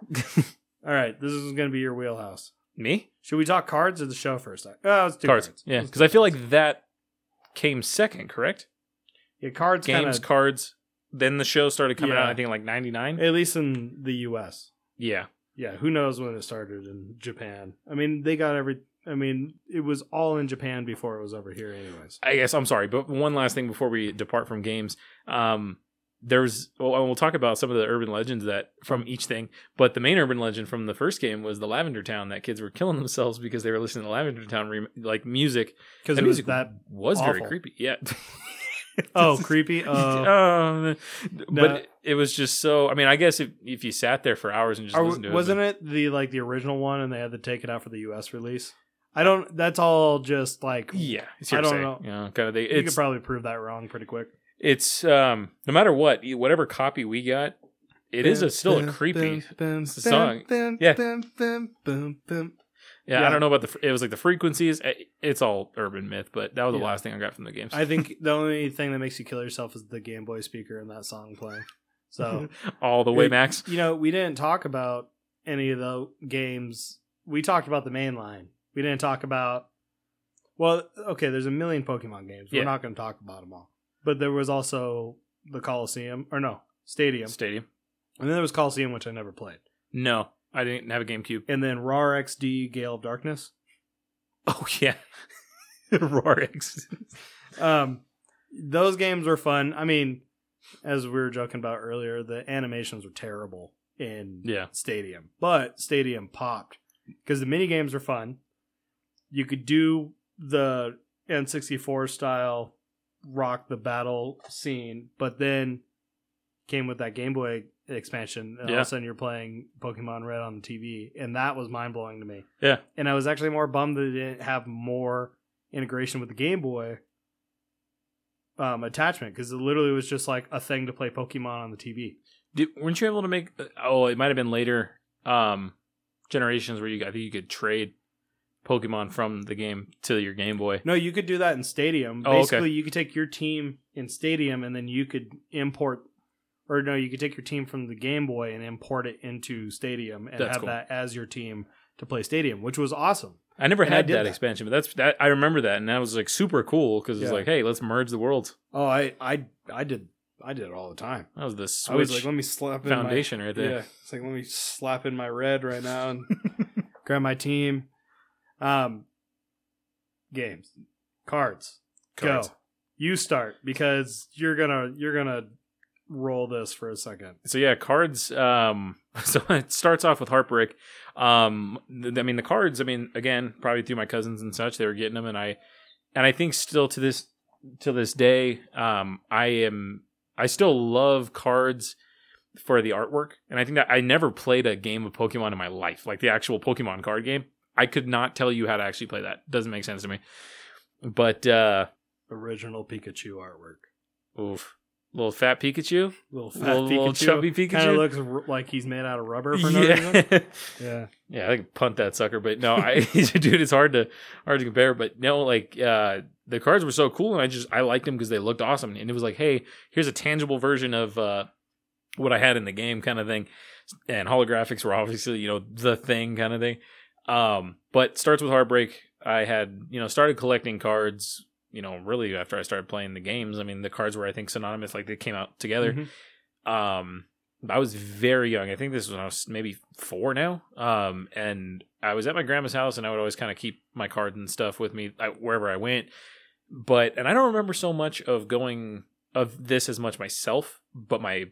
Speaker 1: All right, this is going to be your wheelhouse.
Speaker 2: Me
Speaker 1: Should we talk cards or the show first? Uh, let's do
Speaker 2: cards.
Speaker 1: cards.
Speaker 2: Yeah,
Speaker 1: Let's
Speaker 2: because
Speaker 1: do
Speaker 2: I feel
Speaker 1: cards.
Speaker 2: like that came second, correct?
Speaker 1: yeah, cards
Speaker 2: Games,
Speaker 1: kind
Speaker 2: cards. Then the show started coming out.
Speaker 1: Yeah.
Speaker 2: I think like ninety nine.
Speaker 1: at least in the U.S.
Speaker 2: Yeah,
Speaker 1: yeah, who knows when it started in Japan? I mean, they got every. I mean, it was all in Japan before it was over here, anyways.
Speaker 2: I guess I'm sorry, but one last thing before we depart from games. Um, there's well, and we'll talk about some of the urban legends that from each thing, but the main urban legend from the first game was the Lavender Town that kids were killing themselves because they were listening to Lavender Town re- like music.
Speaker 1: Because
Speaker 2: That
Speaker 1: it was
Speaker 2: music
Speaker 1: that.
Speaker 2: was very
Speaker 1: awful.
Speaker 2: creepy. Yeah.
Speaker 1: Oh, creepy. Oh,
Speaker 2: um,
Speaker 1: No.
Speaker 2: but it was just so. I mean, I guess if, if you sat there for hours and just
Speaker 1: Or
Speaker 2: listened to it,
Speaker 1: wasn't it the like the original one, and they had to take it out for the U.S. release? I don't. That's all just like
Speaker 2: Yeah, it's
Speaker 1: I
Speaker 2: hearsay,
Speaker 1: don't know.
Speaker 2: You know, kind of thing.
Speaker 1: you could
Speaker 2: It's
Speaker 1: probably prove that wrong pretty quick.
Speaker 2: it's um, no matter what, whatever copy we got, it is a, still a creepy song. Yeah. Yeah,
Speaker 1: Yeah.
Speaker 2: I don't know about the. fr- It was like the frequencies. I- It's all urban myth, but that was the
Speaker 1: Yeah.
Speaker 2: last thing I got from the games.
Speaker 1: I think the only thing that makes you kill yourself is the Game Boy speaker and that song playing. So
Speaker 2: all the way,
Speaker 1: It-
Speaker 2: Max.
Speaker 1: you know, we didn't talk about any of the games. We talked about the main line. We didn't talk about. Well, okay, there's a million Pokemon games.
Speaker 2: Yeah.
Speaker 1: We're not going to talk about them all. But there was also the Coliseum, or no, Stadium.
Speaker 2: Stadium.
Speaker 1: And then there was Coliseum, which I never played.
Speaker 2: No, I didn't have a GameCube.
Speaker 1: And then RAR XD, Gale of Darkness.
Speaker 2: Oh yeah, Rorix.
Speaker 1: Um, those games were fun. I mean, as we were joking about earlier, the animations were terrible in
Speaker 2: Yeah,
Speaker 1: stadium but stadium popped because the mini games are fun you could do the n64 style rock the battle scene but then came with that game boy expansion and all
Speaker 2: Yeah.
Speaker 1: of a sudden you're playing pokemon red on the tv and that was mind-blowing to me
Speaker 2: Yeah.
Speaker 1: and i was actually more bummed that it didn't have more integration with the game boy um, attachment because it literally was just like a thing to play pokemon on the tv
Speaker 2: Did, weren't you able to make? Oh, it might have been later um, generations where you. I think you could trade Pokemon from the game to your Game Boy.
Speaker 1: No, you could do that in Stadium.
Speaker 2: Oh, okay.
Speaker 1: Basically, you could take your team in Stadium, and then you could import, or no, you could take your team from the Game Boy and import it into Stadium and
Speaker 2: That's
Speaker 1: have
Speaker 2: cool.
Speaker 1: that as your team to play Stadium, which was awesome.
Speaker 2: I never
Speaker 1: And I
Speaker 2: had
Speaker 1: did
Speaker 2: that,
Speaker 1: that.
Speaker 2: expansion, but that's that. I remember that, and that was like super cool because it's
Speaker 1: Yeah.
Speaker 2: like, hey, let's merge the worlds.
Speaker 1: Oh, I, I, I did, I did it all the time.
Speaker 2: That was the
Speaker 1: I was
Speaker 2: Switch
Speaker 1: like, let me slap in my
Speaker 2: foundation right there.
Speaker 1: Yeah, it's like let me slap in my red right now and grab my team. Um, games, cards,
Speaker 2: Cards.
Speaker 1: go. You start because you're gonna you're gonna roll this for a second.
Speaker 2: so yeah, cards. Um, so it starts off with heartbreak. Um, th- I mean the cards. I mean again, probably through my cousins and such, they were getting them, and I, and I think still to this to this day, um, I am I still love cards for the artwork, and I think that I never played a game of Pokemon in my life, like the actual Pokemon card game. I could not tell you how to actually play that. Doesn't make sense to me. But uh,
Speaker 1: Original Pikachu artwork.
Speaker 2: oof, little fat Pikachu,
Speaker 1: Little fat
Speaker 2: little, little
Speaker 1: Pikachu.
Speaker 2: chubby Pikachu.
Speaker 1: Kind of looks r- like he's made out of rubber for no reason.
Speaker 2: yeah.
Speaker 1: Yeah.
Speaker 2: Yeah, I could punt that sucker, but no, I dude, it's hard to hard to compare. But no, like uh, the cards were so cool, and I just I liked them because they looked awesome, and it was like, hey, here's a tangible version of uh, what I had in the game, kind of thing. And holographics were obviously you know the thing, kind of thing. Um, but starts with heartbreak. I had you know started collecting cards, you know, really after I started playing the games. I mean, the cards were I think synonymous, like they came out together
Speaker 1: Mhm.
Speaker 2: um I was very young. I think this was when I was maybe four now. Um, and I was at my grandma's house, and I would always kind of keep my cards and stuff with me I, wherever I went. But and I don't remember so much of going of this as much myself, but my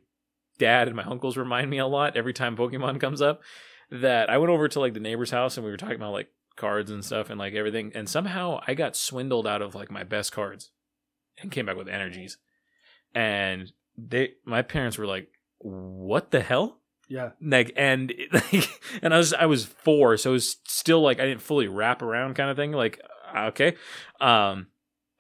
Speaker 2: dad and my uncles remind me a lot every time Pokemon comes up. That I went over to like the neighbor's house, and we were talking about like cards and stuff and like everything, and somehow I got swindled out of like my best cards, and came back with energies, and they my parents were like what the hell
Speaker 1: Yeah.
Speaker 2: like and like and i was i was four so it was still like i didn't fully wrap around kind of thing like uh, okay um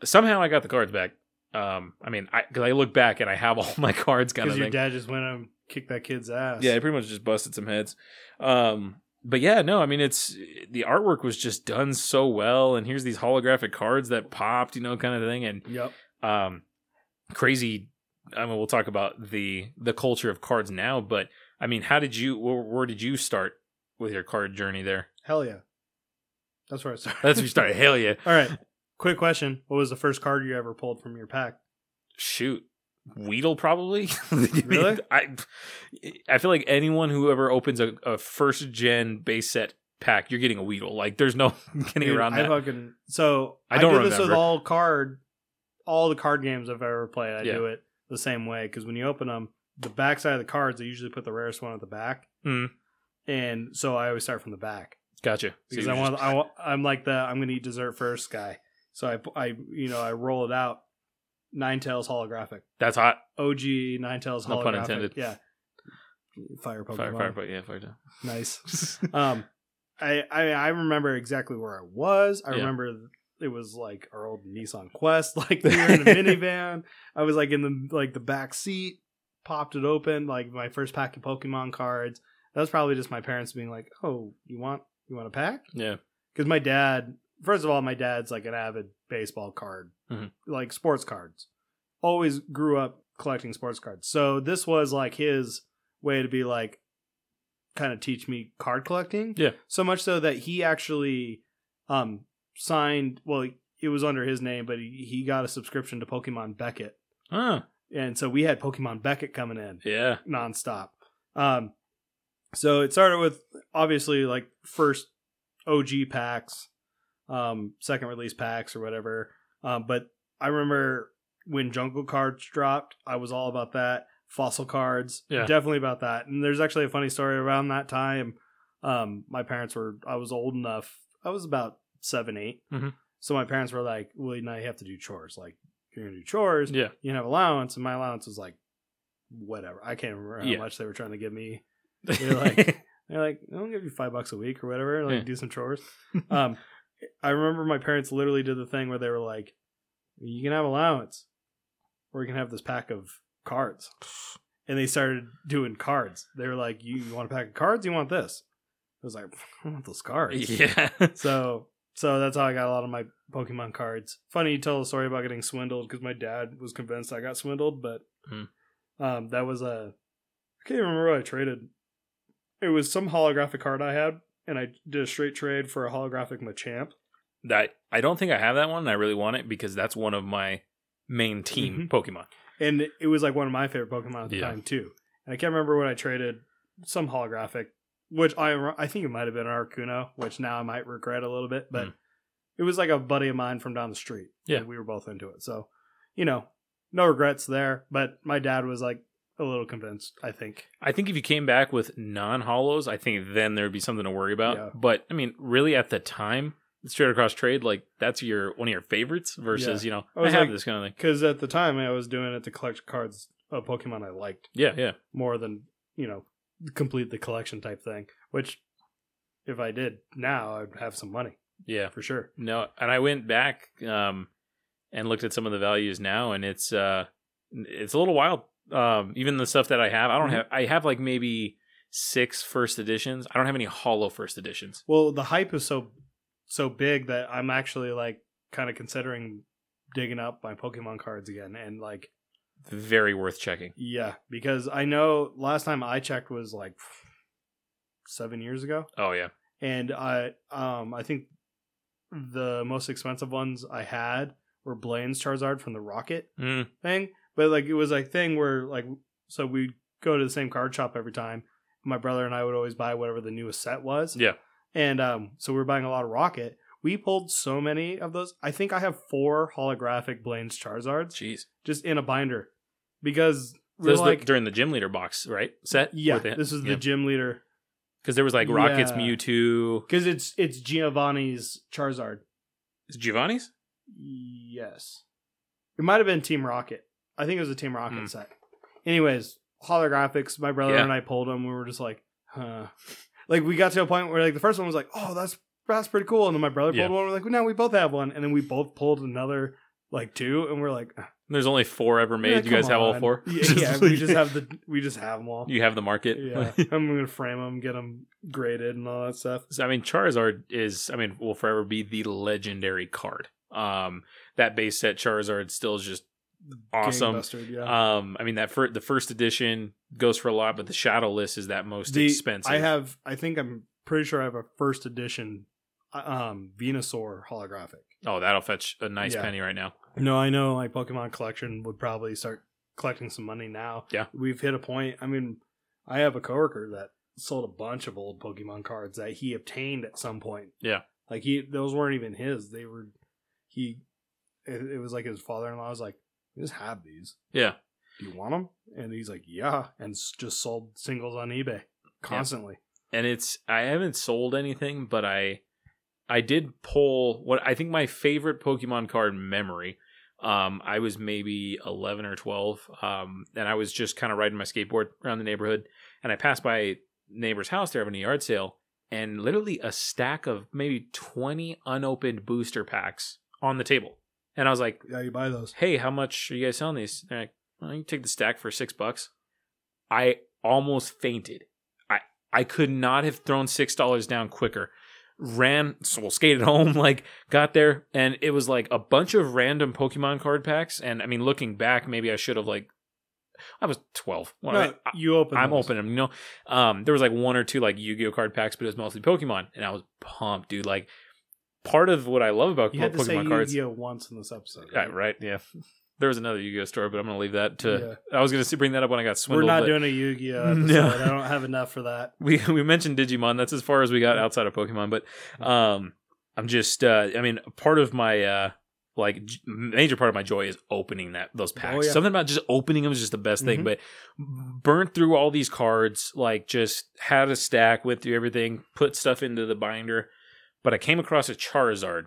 Speaker 2: somehow i got the cards back um i mean i because i look back and i have all my cards kind of
Speaker 1: Because
Speaker 2: thing
Speaker 1: your dad just went and kicked that kid's ass.
Speaker 2: yeah, it pretty much just busted some heads. Um, but yeah, no, I mean it's the artwork was just done so well, and here's these holographic cards that popped, you know, kind of thing, and
Speaker 1: Yep.
Speaker 2: um crazy i mean we'll talk about the the culture of cards now but i mean how did you where, where did you start with your card journey there
Speaker 1: Hell yeah. That's where I started.
Speaker 2: that's where you started hell yeah
Speaker 1: All right. Quick question. What was the first card you ever pulled from your pack?
Speaker 2: shoot Weedle probably.
Speaker 1: Really?
Speaker 2: I I feel like anyone who ever opens a, a first gen base set pack, you're getting a Weedle. Like there's no getting
Speaker 1: Dude,
Speaker 2: around
Speaker 1: I
Speaker 2: that.
Speaker 1: fucking so
Speaker 2: I
Speaker 1: I,
Speaker 2: don't
Speaker 1: do this with
Speaker 2: remember.
Speaker 1: all card, all the card games I've ever played. I
Speaker 2: Yeah.
Speaker 1: do it the same way because when you open them, the back side of the cards, they usually put the rarest one at the back,
Speaker 2: Mm.
Speaker 1: and so I always start from the back
Speaker 2: Gotcha. So
Speaker 1: because
Speaker 2: you're
Speaker 1: I want
Speaker 2: just-
Speaker 1: I want, I'm like the I'm gonna eat dessert first guy. So I I you know I roll it out. Nine tails holographic.
Speaker 2: that's hot.
Speaker 1: OG nine tails holographic.
Speaker 2: No pun intended.
Speaker 1: Yeah. Fire Pokemon.
Speaker 2: Fire, fire, fire, yeah, fire. down.
Speaker 1: Nice. um I, I i remember exactly where i was i
Speaker 2: Yeah.
Speaker 1: remember it was like our old nissan quest like we were in a minivan i was like in the like the back seat popped it open like my first pack of pokemon cards that was probably just my parents being like oh you want you want a pack
Speaker 2: Yeah.
Speaker 1: because my dad first of all my dad's like an avid baseball card
Speaker 2: Mhm.
Speaker 1: like sports cards always grew up collecting sports cards so this was like his way to be like kind of teach me card collecting
Speaker 2: Yeah.
Speaker 1: so much so that he actually um signed well it was under his name but he, he got a subscription to pokemon beckett
Speaker 2: Huh.
Speaker 1: and so we had pokemon beckett coming in
Speaker 2: Yeah.
Speaker 1: nonstop. Um, so it started with obviously like first OG packs, um, second release packs or whatever. Um, but I remember when Jungle Cards dropped, I was all about that. Fossil Cards,
Speaker 2: Yeah.
Speaker 1: definitely about that. And there's actually a funny story around that time. Um, my parents were, I was old enough, I was about seven, eight.
Speaker 2: Mhm.
Speaker 1: So my parents were like, well, now you have to do chores. Like, you're going to do chores
Speaker 2: Yeah.
Speaker 1: you have allowance, and my allowance was like whatever. I can't remember how
Speaker 2: Yeah.
Speaker 1: much they were trying to give me. You're like- They're like, i will give you five bucks a week or whatever, like
Speaker 2: Yeah.
Speaker 1: do some chores. um, I remember my parents literally did the thing where they were like, "You can have allowance, or you can have this pack of cards." And they started doing cards. They were like, "You, you want a pack of cards? You want this?" I was like, "I want those cards."
Speaker 2: yeah.
Speaker 1: So so that's how I got a lot of my Pokemon cards. Funny you tell the story about getting swindled because my dad was convinced I got swindled, but
Speaker 2: Hmm.
Speaker 1: um, that was a I can't even remember what I traded. It was some holographic card I had, and I did a straight trade for a holographic Machamp.
Speaker 2: that I don't think I have that one. And I really want it because that's one of my
Speaker 1: Mm-hmm.
Speaker 2: main team Pokemon.
Speaker 1: And it was like one of my favorite Pokemon at the
Speaker 2: Yeah.
Speaker 1: time too. And I can't remember what I traded. Some holographic, which I I think it might have been an Articuno, which now I might regret a little bit, but
Speaker 2: Hmm.
Speaker 1: it was like a buddy of mine from down the street.
Speaker 2: Yeah.
Speaker 1: and we were both into it, so you know, no regrets there. But my dad was like, a little convinced. I think.
Speaker 2: I think if you came back with non hollows, I think then there'd be something to worry about.
Speaker 1: Yeah.
Speaker 2: But I mean, really, at the time, straight across trade, like that's your one of your favorites versus you know
Speaker 1: I
Speaker 2: I,
Speaker 1: was
Speaker 2: have
Speaker 1: like-
Speaker 2: this kind of thing.
Speaker 1: Because at the time, I was doing it to collect cards of Pokemon I liked
Speaker 2: Yeah, yeah,
Speaker 1: more than you know, complete the collection type thing. Which, if I did now, I'd have some money
Speaker 2: yeah.
Speaker 1: for sure.
Speaker 2: No, and I went back um, and looked at some of the values now, and it's uh, it's a little wild. Um, even the stuff that I have, I don't
Speaker 1: Mhm.
Speaker 2: have. I have like maybe six first editions. I don't have any hollow first editions.
Speaker 1: Well, the hype is so so big that I'm actually like kind of considering digging up my Pokemon cards again and like
Speaker 2: Very worth checking.
Speaker 1: Yeah, because I know last time I checked was like seven years ago,
Speaker 2: Oh yeah,
Speaker 1: and I um I think the most expensive ones I had were Blaine's Charizard from the Rocket
Speaker 2: Mm,
Speaker 1: thing, but like it was like thing where like so we'd go to the same card shop every time. My brother and I would always buy whatever the newest set was.
Speaker 2: Yeah.
Speaker 1: and um so we were buying a lot of Rocket. We pulled so many of those. I think I have four holographic Blaine's Charizards
Speaker 2: jeez.
Speaker 1: just in a binder because. we're
Speaker 2: Those were during the gym leader box, right? Set.
Speaker 1: yeah,
Speaker 2: With it?
Speaker 1: this is the
Speaker 2: Yeah.
Speaker 1: gym leader
Speaker 2: Because there was like Rockets,
Speaker 1: Yeah.
Speaker 2: Mewtwo,
Speaker 1: because it's it's Giovanni's Charizard.
Speaker 2: is it Giovanni's.
Speaker 1: Yes, it might have been Team Rocket. I think it was a Team Rocket
Speaker 2: Hmm.
Speaker 1: set. Anyways, holographics. My brother
Speaker 2: Yeah.
Speaker 1: and I pulled them. We were just like, huh. Like we got to a point where like the first one was like, oh, that's that's pretty cool, and then my brother pulled
Speaker 2: Yeah.
Speaker 1: one. We're like, well, now we both have one, and then we both pulled another like two, and we're like, ah,
Speaker 2: There's only four ever made.
Speaker 1: yeah,
Speaker 2: you guys
Speaker 1: come
Speaker 2: have all
Speaker 1: on.
Speaker 2: four.
Speaker 1: Yeah, yeah, we just have the we just have them all.
Speaker 2: You have the market.
Speaker 1: yeah, I'm gonna frame them, get them graded, and all that stuff.
Speaker 2: So, I mean, Charizard is, I mean, will forever be the legendary card. Um, that base set Charizard still is just awesome.
Speaker 1: Gangbusters, yeah.
Speaker 2: Um, I mean, that fir- the first edition goes for a lot, but the shadow list is that most
Speaker 1: The-
Speaker 2: expensive.
Speaker 1: I have. I think I'm pretty sure I have a first edition uh, um Venusaur holographic.
Speaker 2: Oh, that'll fetch a nice
Speaker 1: Yeah.
Speaker 2: penny right now.
Speaker 1: No, I know my Pokemon collection would probably start collecting some money now.
Speaker 2: Yeah.
Speaker 1: we've hit a point. I mean, I have a coworker that sold a bunch of old Pokemon cards that he obtained at some point.
Speaker 2: Yeah.
Speaker 1: like he those weren't even his. They were he. It, it was like his father-in-law was like, "Just have these.
Speaker 2: Yeah.
Speaker 1: Do you want them?" And he's like, "Yeah," and s- just sold singles on eBay constantly.
Speaker 2: and it's I haven't sold anything, but I I did pull what I think my favorite Pokemon card memory. Um, I was maybe eleven or twelve, um, and I was just kind of riding my skateboard around the neighborhood, and I passed by a neighbor's house. They're having a yard sale, and literally a stack of maybe twenty unopened booster packs on the table, and I was like,
Speaker 1: Yeah, you buy those.
Speaker 2: "Hey, how much are you guys selling these?" They're like, well, "You can take the stack for six bucks." I almost fainted. I I could not have thrown six dollars down quicker. Ran, well, skated home, like got there, and it was like a bunch of random Pokemon card packs. And I mean, looking back, maybe I should have like, I was twelve. Well,
Speaker 1: no,
Speaker 2: I- I-
Speaker 1: you open.
Speaker 2: I'm
Speaker 1: those.
Speaker 2: opening them. You know, um, there was like one or two like Yu-Gi-Oh card packs, but it was mostly Pokemon, and I was pumped, dude. Like, part of what I love about
Speaker 1: You had to say
Speaker 2: Pokemon cards,
Speaker 1: Yu-Gi-Oh once in this episode.
Speaker 2: yeah, right, yeah. There was another Yu-Gi-Oh story, but I'm gonna leave that to. I was gonna see- bring that up when I got
Speaker 1: We're
Speaker 2: swindled.
Speaker 1: not
Speaker 2: but
Speaker 1: doing a Yu-Gi-Oh. Episode.
Speaker 2: No.
Speaker 1: I don't have enough for that.
Speaker 2: We we mentioned Digimon. That's as far as we got outside of Pokemon. But um, I'm just. Uh, I mean, part of my uh, like j- major part of my joy is opening that those packs.
Speaker 1: yeah.
Speaker 2: Something about just opening them is just the best thing.
Speaker 1: Mhm.
Speaker 2: But burned through all these cards. Like just had a stack, went through everything, put stuff into the binder. But I came across a Charizard.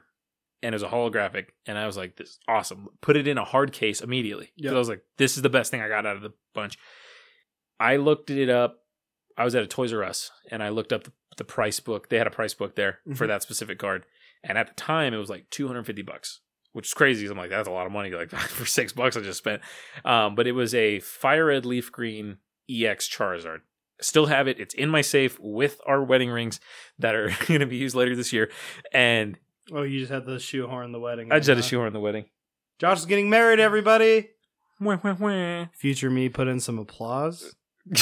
Speaker 2: And it was a holographic, and I was like, "This is awesome!" Put it in a hard case immediately because
Speaker 1: Yeah.
Speaker 2: I was like, "This is the best thing I got out of the bunch." I looked it up. I was at a Toys R Us and I looked up the, the price book. They had a price book there for
Speaker 1: Mhm.
Speaker 2: that specific card. And at the time, it was like 250 bucks, which is crazy. 'cause I'm like, that's a lot of money. Like for six bucks, I just spent. Um, but it was a fire red leaf green EX Charizard. Still have it. It's in my safe with our wedding rings that are going to be used later this year. And
Speaker 1: Oh, you just had the shoehorn the wedding.
Speaker 2: I just had a
Speaker 1: huh?
Speaker 2: shoehorn in the wedding.
Speaker 1: Josh is getting married. Everybody.
Speaker 2: Wah, wah, wah.
Speaker 1: Future me put in some applause.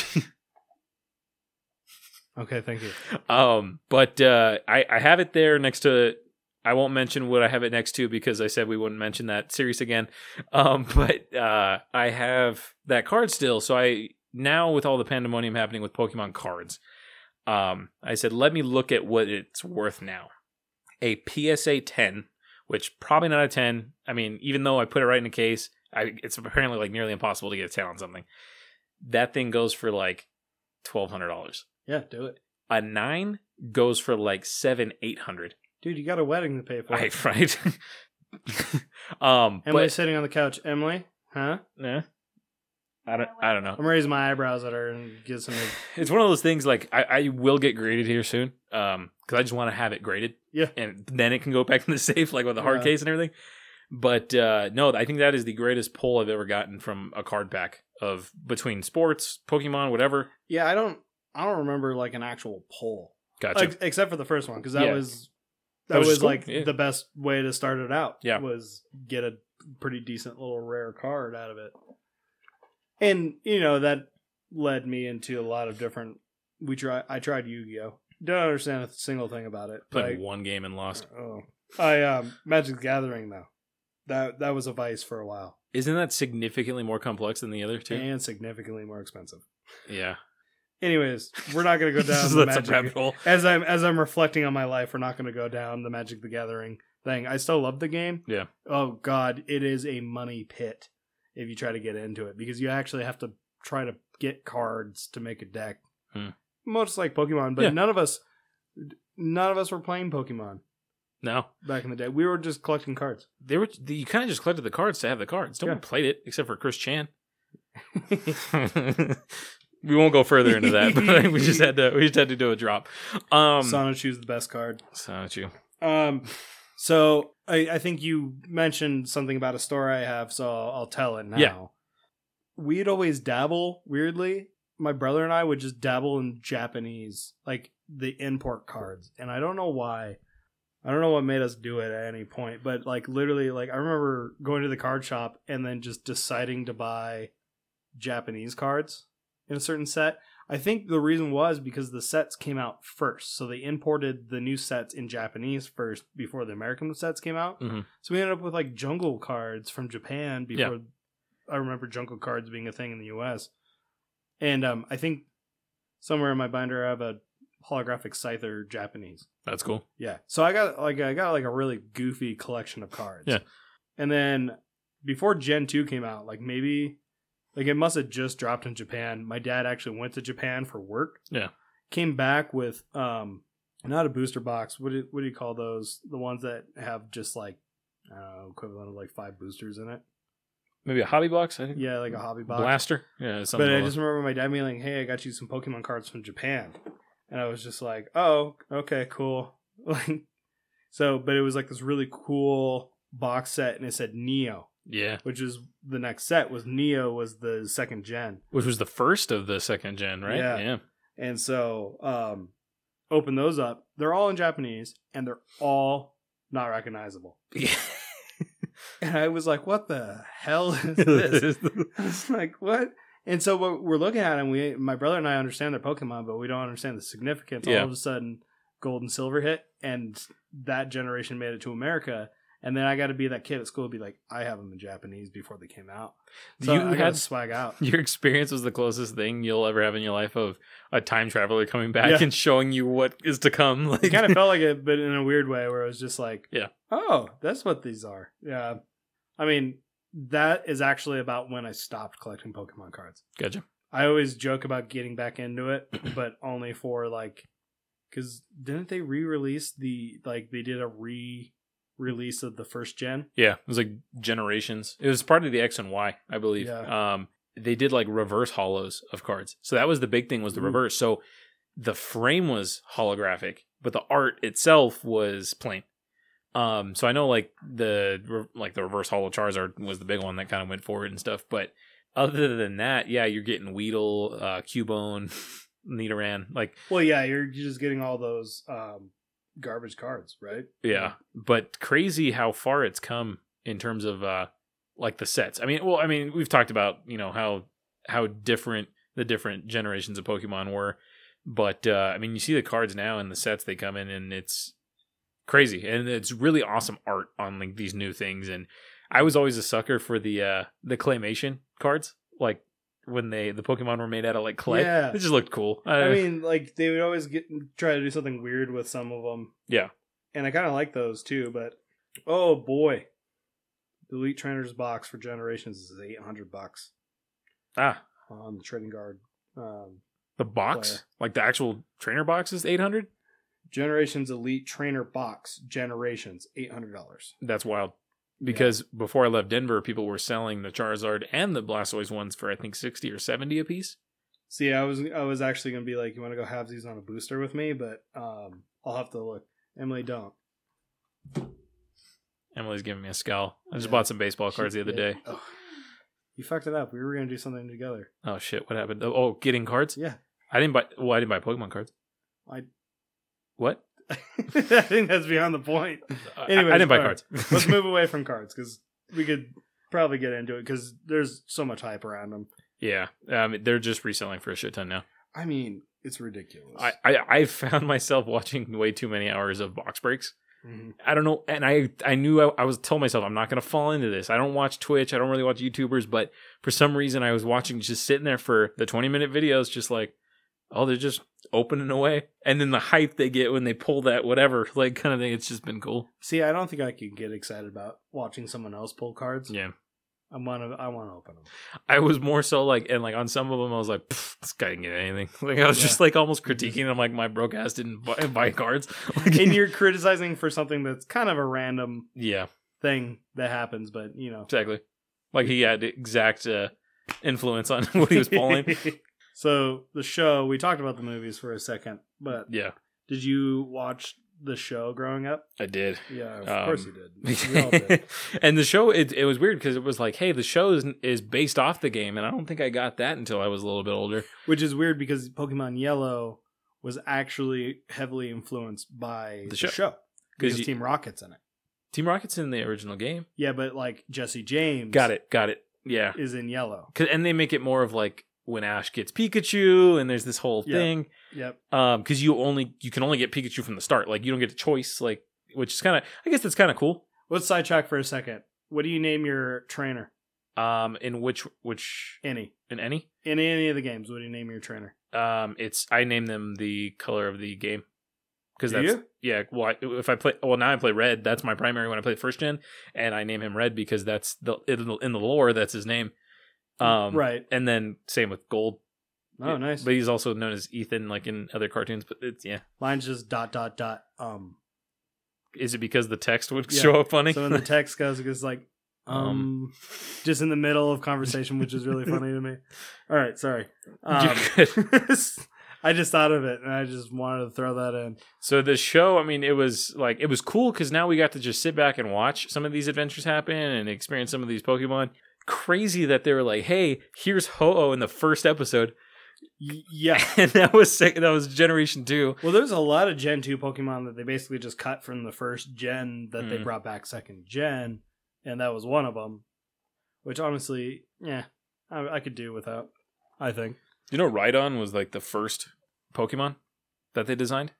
Speaker 1: Okay, thank you.
Speaker 2: Um, but uh, I I have it there next to. I won't mention what I have it next to because I said we wouldn't mention that series again. Um, but uh, I have that card still. So I now with all the pandemonium happening with Pokemon cards, um, I said let me look at what it's worth now. A PSA ten, which probably not a ten. I mean, even though I put it right in a case, I, it's apparently like nearly impossible to get a ten on something. that thing goes for like twelve hundred dollars.
Speaker 1: Yeah, do it,
Speaker 2: A nine goes for like seven eight hundred.
Speaker 1: dude. You got a wedding to pay for.
Speaker 2: Right, right. um,
Speaker 1: Emily's
Speaker 2: but
Speaker 1: sitting on the couch. Emily, huh?
Speaker 2: eh, I don't I don't know.
Speaker 1: I'm raising my eyebrows at her and get some.
Speaker 2: it's one of those things like I, I will get graded here soon um because i just want to have it graded
Speaker 1: Yeah.
Speaker 2: and then it can go back in the safe like with a hard
Speaker 1: Yeah.
Speaker 2: case and everything but uh no i think that is the greatest pull i've ever gotten from a card pack of between sports pokemon whatever
Speaker 1: yeah, I don't. I don't remember like an actual poll,
Speaker 2: gotcha
Speaker 1: Ex- except for the first one because that
Speaker 2: Yeah.
Speaker 1: was
Speaker 2: That
Speaker 1: that,
Speaker 2: was
Speaker 1: was,
Speaker 2: just cool,
Speaker 1: like
Speaker 2: yeah.
Speaker 1: the best way to start it out.
Speaker 2: Yeah.
Speaker 1: was get a pretty decent little rare card out of it, and you know that led me into a lot of different. We try. I tried Yu Gi Oh. Don't understand a single thing about it.
Speaker 2: played
Speaker 1: Like,
Speaker 2: one game and lost
Speaker 1: Oh, I um, Magic the Gathering though. That that was a vice for a while,
Speaker 2: isn't that significantly more complex than the other two
Speaker 1: and significantly more expensive.
Speaker 2: yeah
Speaker 1: Anyways, we're not going to go down
Speaker 2: So
Speaker 1: the
Speaker 2: that's a rabbit
Speaker 1: Magic.
Speaker 2: hole
Speaker 1: As I'm as I'm reflecting on my life, we're not going to go down the Magic the Gathering thing. I still love the game.
Speaker 2: Yeah.
Speaker 1: Oh God, it is a money pit if you try to get into it because you actually have to try to get cards to make a deck,
Speaker 2: Hmm.
Speaker 1: much like Pokemon. But
Speaker 2: Yeah.
Speaker 1: none of us, none of us were playing Pokemon
Speaker 2: no
Speaker 1: back in the day. We were just collecting cards.
Speaker 2: they were you kind of just collected the cards to have the cards. No one
Speaker 1: Yeah.
Speaker 2: played it except for Chris Chan. we won't go further into that, but we just had to we just had to do a drop. Um,
Speaker 1: Sonic choose the best card.
Speaker 2: Sonic you.
Speaker 1: Um, so I, I think you mentioned something about a story I have, so I'll, I'll tell it now.
Speaker 2: Yeah.
Speaker 1: We'd always dabble weirdly. My brother and I would just dabble in Japanese, like the import cards, and I don't know why. I don't know what made us do it at any point, but like literally, like I remember going to the card shop and then just deciding to buy Japanese cards in a certain set. I think the reason was because the sets came out first. So they imported the new sets in Japanese first before the American sets came out.
Speaker 2: Mhm.
Speaker 1: So we ended up with like jungle cards from Japan
Speaker 2: Yeah.
Speaker 1: before I remember jungle cards being a thing in the US. And um, I think somewhere in my binder I have a holographic Scyther Japanese.
Speaker 2: That's cool.
Speaker 1: Yeah. So I got like I got like a really goofy collection of cards.
Speaker 2: Yeah.
Speaker 1: And then before Gen 2 came out, like maybe like it must have just dropped in Japan. My dad actually went to Japan for work.
Speaker 2: Yeah.
Speaker 1: Came back with um not a booster box. What do what do you call those? The ones that have just like I don't know, equivalent of like five boosters in it.
Speaker 2: Maybe a hobby box. I think.
Speaker 1: Yeah, like a hobby box.
Speaker 2: Blaster. Yeah, something.
Speaker 1: But I
Speaker 2: like-
Speaker 1: just remember my dad being like, "Hey, I got you some Pokemon cards from Japan," and I was just like, "Oh, okay, cool." Like, so, but it was like this really cool box set, and it said Neo,
Speaker 2: yeah,
Speaker 1: which is the next set was Neo was the second gen,
Speaker 2: which was the first of the second gen, right?
Speaker 1: Yeah.
Speaker 2: yeah.
Speaker 1: and so um, open those up. They're all in Japanese, and they're all not recognizable. And I was like, "What the hell is this?" I was like, what? And so what we're looking at, and we, my brother and I understand their Pokemon, but we don't understand the significance.
Speaker 2: Yeah.
Speaker 1: All of a sudden, gold and silver hit, and that generation made it to America. And then I got to be that kid at school, to be like, I have them in Japanese before they came out. So
Speaker 2: you
Speaker 1: I got
Speaker 2: had
Speaker 1: to swag out.
Speaker 2: your experience was the closest thing you'll ever have in your life of a time traveler coming back
Speaker 1: Yeah.
Speaker 2: and showing you what is to come. Like,
Speaker 1: It kind of felt like it, but in a weird way, where it was just like,
Speaker 2: Yeah.
Speaker 1: oh, that's what these are. Yeah, I mean, that is actually about when I stopped collecting Pokemon cards.
Speaker 2: gotcha.
Speaker 1: I always joke about getting back into it, but only for like, because didn't they re-release the like they did a re-release of the first gen?
Speaker 2: Yeah, it was like generations. It was part of the X and Y, I believe.
Speaker 1: Yeah.
Speaker 2: Um, they did like reverse hollows of cards. So that was the big thing was the
Speaker 1: Ooh.
Speaker 2: reverse. So the frame was holographic, but the art itself was plain. Um, so I know like the re- like the reverse hollow Charizard was the big one that kind of went forward and stuff. But other than that, yeah, you're getting Weedle, uh, Cubone, Nidoran, like
Speaker 1: Well, yeah, you're you're just getting all those um, garbage cards, right?
Speaker 2: Yeah. But crazy how far it's come in terms of uh like the sets. I mean, well, I mean, we've talked about, you know, how how different the different generations of Pokemon were. But uh I mean, you see the cards now and the sets they come in and it's crazy. And it's really awesome art on like these new things and I was always a sucker for the uh the claymation cards, like when they the Pokemon were made out of like clay.
Speaker 1: Yeah.
Speaker 2: It just looked cool. Uh,
Speaker 1: I mean, like they would always get try to do something weird with some of them.
Speaker 2: Yeah.
Speaker 1: and I kind of like those too. But oh boy, the Elite Trainer's box for Generations is eight hundred bucks.
Speaker 2: ah,
Speaker 1: on the trading guard. Um,
Speaker 2: The box,
Speaker 1: Player.
Speaker 2: like the actual trainer box, is eight hundred.
Speaker 1: Generations Elite Trainer Box Generations, eight hundred dollars.
Speaker 2: That's wild. Because before I left Denver, people were selling the Charizard and the Blastoise ones for I think sixty or seventy a piece.
Speaker 1: See, I was I was actually gonna be like, you want to go have these on a booster with me, but um, I'll have to look. Emily, don't.
Speaker 2: Emily's giving me a scowl. I just
Speaker 1: Yeah.
Speaker 2: bought some baseball cards
Speaker 1: She
Speaker 2: the other
Speaker 1: did.
Speaker 2: day.
Speaker 1: Oh, you fucked it up. We were gonna do something together.
Speaker 2: Oh shit! What happened? Oh, oh, getting cards.
Speaker 1: Yeah,
Speaker 2: I didn't buy. Well, I didn't buy Pokemon cards.
Speaker 1: I-
Speaker 2: What?
Speaker 1: I think that's beyond the point.
Speaker 2: I-
Speaker 1: Anyways,
Speaker 2: I didn't buy
Speaker 1: alright.
Speaker 2: cards.
Speaker 1: Let's move away from cards because we could probably get into it because there's so much hype around them.
Speaker 2: yeah, um, they're just reselling for a shit ton now.
Speaker 1: I mean, it's ridiculous.
Speaker 2: I, I I found myself watching way too many hours of box breaks.
Speaker 1: Mhm.
Speaker 2: I don't know, and I I knew I, I was told myself I'm not gonna fall into this. I don't watch Twitch. I don't really watch YouTubers, but for some reason I was watching just sitting there for the 20 minute videos, just like, oh, they're just opening away, and then the hype they get when they pull that whatever like kind of thing. It's just been cool.
Speaker 1: See, I don't think I could get excited about watching someone else pull cards.
Speaker 2: Yeah,
Speaker 1: I want to. I want to open them.
Speaker 2: I was more so like, and like on some of them I was like, "Pfft, this guy didn't get anything. Like I was
Speaker 1: Yeah.
Speaker 2: just like almost critiquing. them like, my broke ass didn't buy, buy cards. Like,
Speaker 1: and you're criticizing for something that's kind of a random
Speaker 2: yeah.
Speaker 1: thing that happens, but you know
Speaker 2: Exactly. Like he had exact uh, influence on what he was pulling.
Speaker 1: so the show we talked about the movies for a second, but
Speaker 2: yeah,
Speaker 1: did you watch the show growing up?
Speaker 2: I did.
Speaker 1: Yeah, of
Speaker 2: Um,
Speaker 1: course you did. We all did.
Speaker 2: and the show, it, it was weird because it was like, hey, the show is, is based off the game, and I don't think I got that until I was a little bit older.
Speaker 1: Which is weird because Pokemon Yellow was actually heavily influenced by
Speaker 2: The
Speaker 1: the show,
Speaker 2: show.
Speaker 1: because
Speaker 2: you-
Speaker 1: Team Rocket's in it.
Speaker 2: Team Rocket's in the original game.
Speaker 1: Yeah, but like Jesse James,
Speaker 2: Got it. Got it. Yeah.
Speaker 1: is in Yellow.
Speaker 2: 'Cause- and they make it more of like when Ash gets Pikachu, and there's this whole
Speaker 1: Yeah.
Speaker 2: thing.
Speaker 1: Yep.
Speaker 2: um because you only you can only get pikachu from the start like you don't get a choice like which is kind of i guess that's kind of cool
Speaker 1: Let's sidetrack for a second. What do you name your trainer?
Speaker 2: um in which which
Speaker 1: Any
Speaker 2: in any
Speaker 1: in any of the games? What do you name your trainer?
Speaker 2: um it's i name them the color of the game because
Speaker 1: Do
Speaker 2: that's
Speaker 1: you?
Speaker 2: yeah well I, if i play well now i play red that's my primary when i play first gen and i name him red because that's the in the, in the lore that's his name
Speaker 1: Mm,
Speaker 2: um
Speaker 1: right.
Speaker 2: and then same with gold
Speaker 1: Oh, nice.
Speaker 2: but he's also known as ethan like in other cartoons but it's yeah
Speaker 1: Mine's just dot dot dot. Um.
Speaker 2: is it because the text would
Speaker 1: Yeah.
Speaker 2: show up funny
Speaker 1: So when the text goes, it's like um, just in the middle of conversation, which is really funny to me. All right, sorry. Um,
Speaker 2: You're
Speaker 1: I just thought of it, and I just wanted to throw that in.
Speaker 2: So the show, I mean, it was like it was cool because now we got to just sit back and watch some of these adventures happen and experience some of these Pokemon. Crazy that they were like, "Hey, here's Ho-Oh in the first episode,"
Speaker 1: Y- yeah.
Speaker 2: and that was sec- that was Generation Two.
Speaker 1: Well, there's a lot of Gen 2 Pokemon that they basically just cut from the first gen that they
Speaker 2: Mm.
Speaker 1: brought back second gen, and that was one of them. Which honestly, yeah, I, I could do without. I think.
Speaker 2: You know, Rhydon was like the first Pokemon that they designed.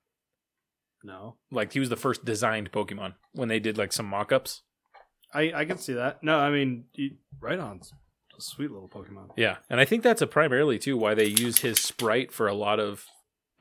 Speaker 1: No,
Speaker 2: Like he was the first designed Pokemon when they did like some mock-ups.
Speaker 1: I I can see that. No, I mean, you, Rhydon's a sweet little Pokemon.
Speaker 2: Yeah, and I think that's a primarily too why they use his sprite for a lot of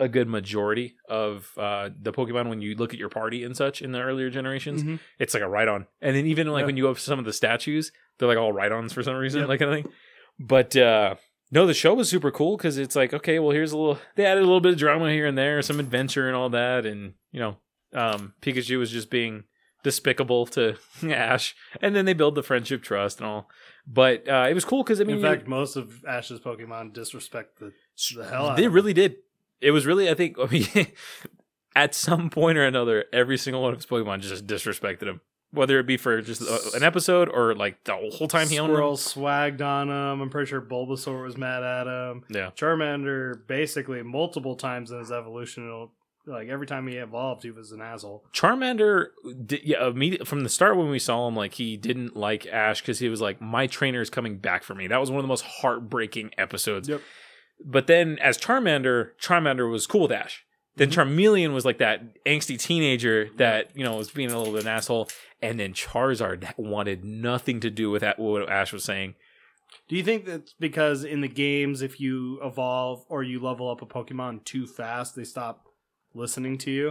Speaker 2: a good majority of uh, the Pokemon when you look at your party and such in the earlier generations.
Speaker 1: Mhm.
Speaker 2: It's like a ride on, and then even like
Speaker 1: Yeah.
Speaker 2: when you go up to some of the statues, they're like all ride ons for some reason,
Speaker 1: Yep.
Speaker 2: like kind of thing. But uh, no, the show was super cool because it's like okay, well here's a little they added a little bit of drama here and there, some adventure and all that, and you know um, Pikachu was just being despicable to Ash, and then they build the friendship trust and all. But uh, it was cool because I mean,
Speaker 1: In
Speaker 2: you-
Speaker 1: fact, most of Ash's Pokemon disrespect the the hell out
Speaker 2: they
Speaker 1: of
Speaker 2: really did. It was really, I think, I mean, at some point or another, every single one of his Pokemon just disrespected him, whether it be for just uh, an episode or like the whole time he owned
Speaker 1: Squirrel
Speaker 2: them.
Speaker 1: swagged on him. I'm pretty sure Bulbasaur was mad at him.
Speaker 2: Yeah.
Speaker 1: Charmander basically multiple times in his evolution, like every time he evolved, he was an asshole.
Speaker 2: Charmander, did, yeah, immediate from the start when we saw him, like he didn't like Ash because he was like, "My trainer is coming back for me." That was one of the most heartbreaking episodes.
Speaker 1: Yep.
Speaker 2: But then, as Charmander, Charmander was cool with Ash. Then
Speaker 1: Mhm.
Speaker 2: Charmeleon was like that angsty teenager that you know was being a little bit of an asshole, and then Charizard wanted nothing to do with that, what Ash was saying.
Speaker 1: Do you think that's because in the games, if you evolve or you level up a Pokemon too fast, they stop listening to you?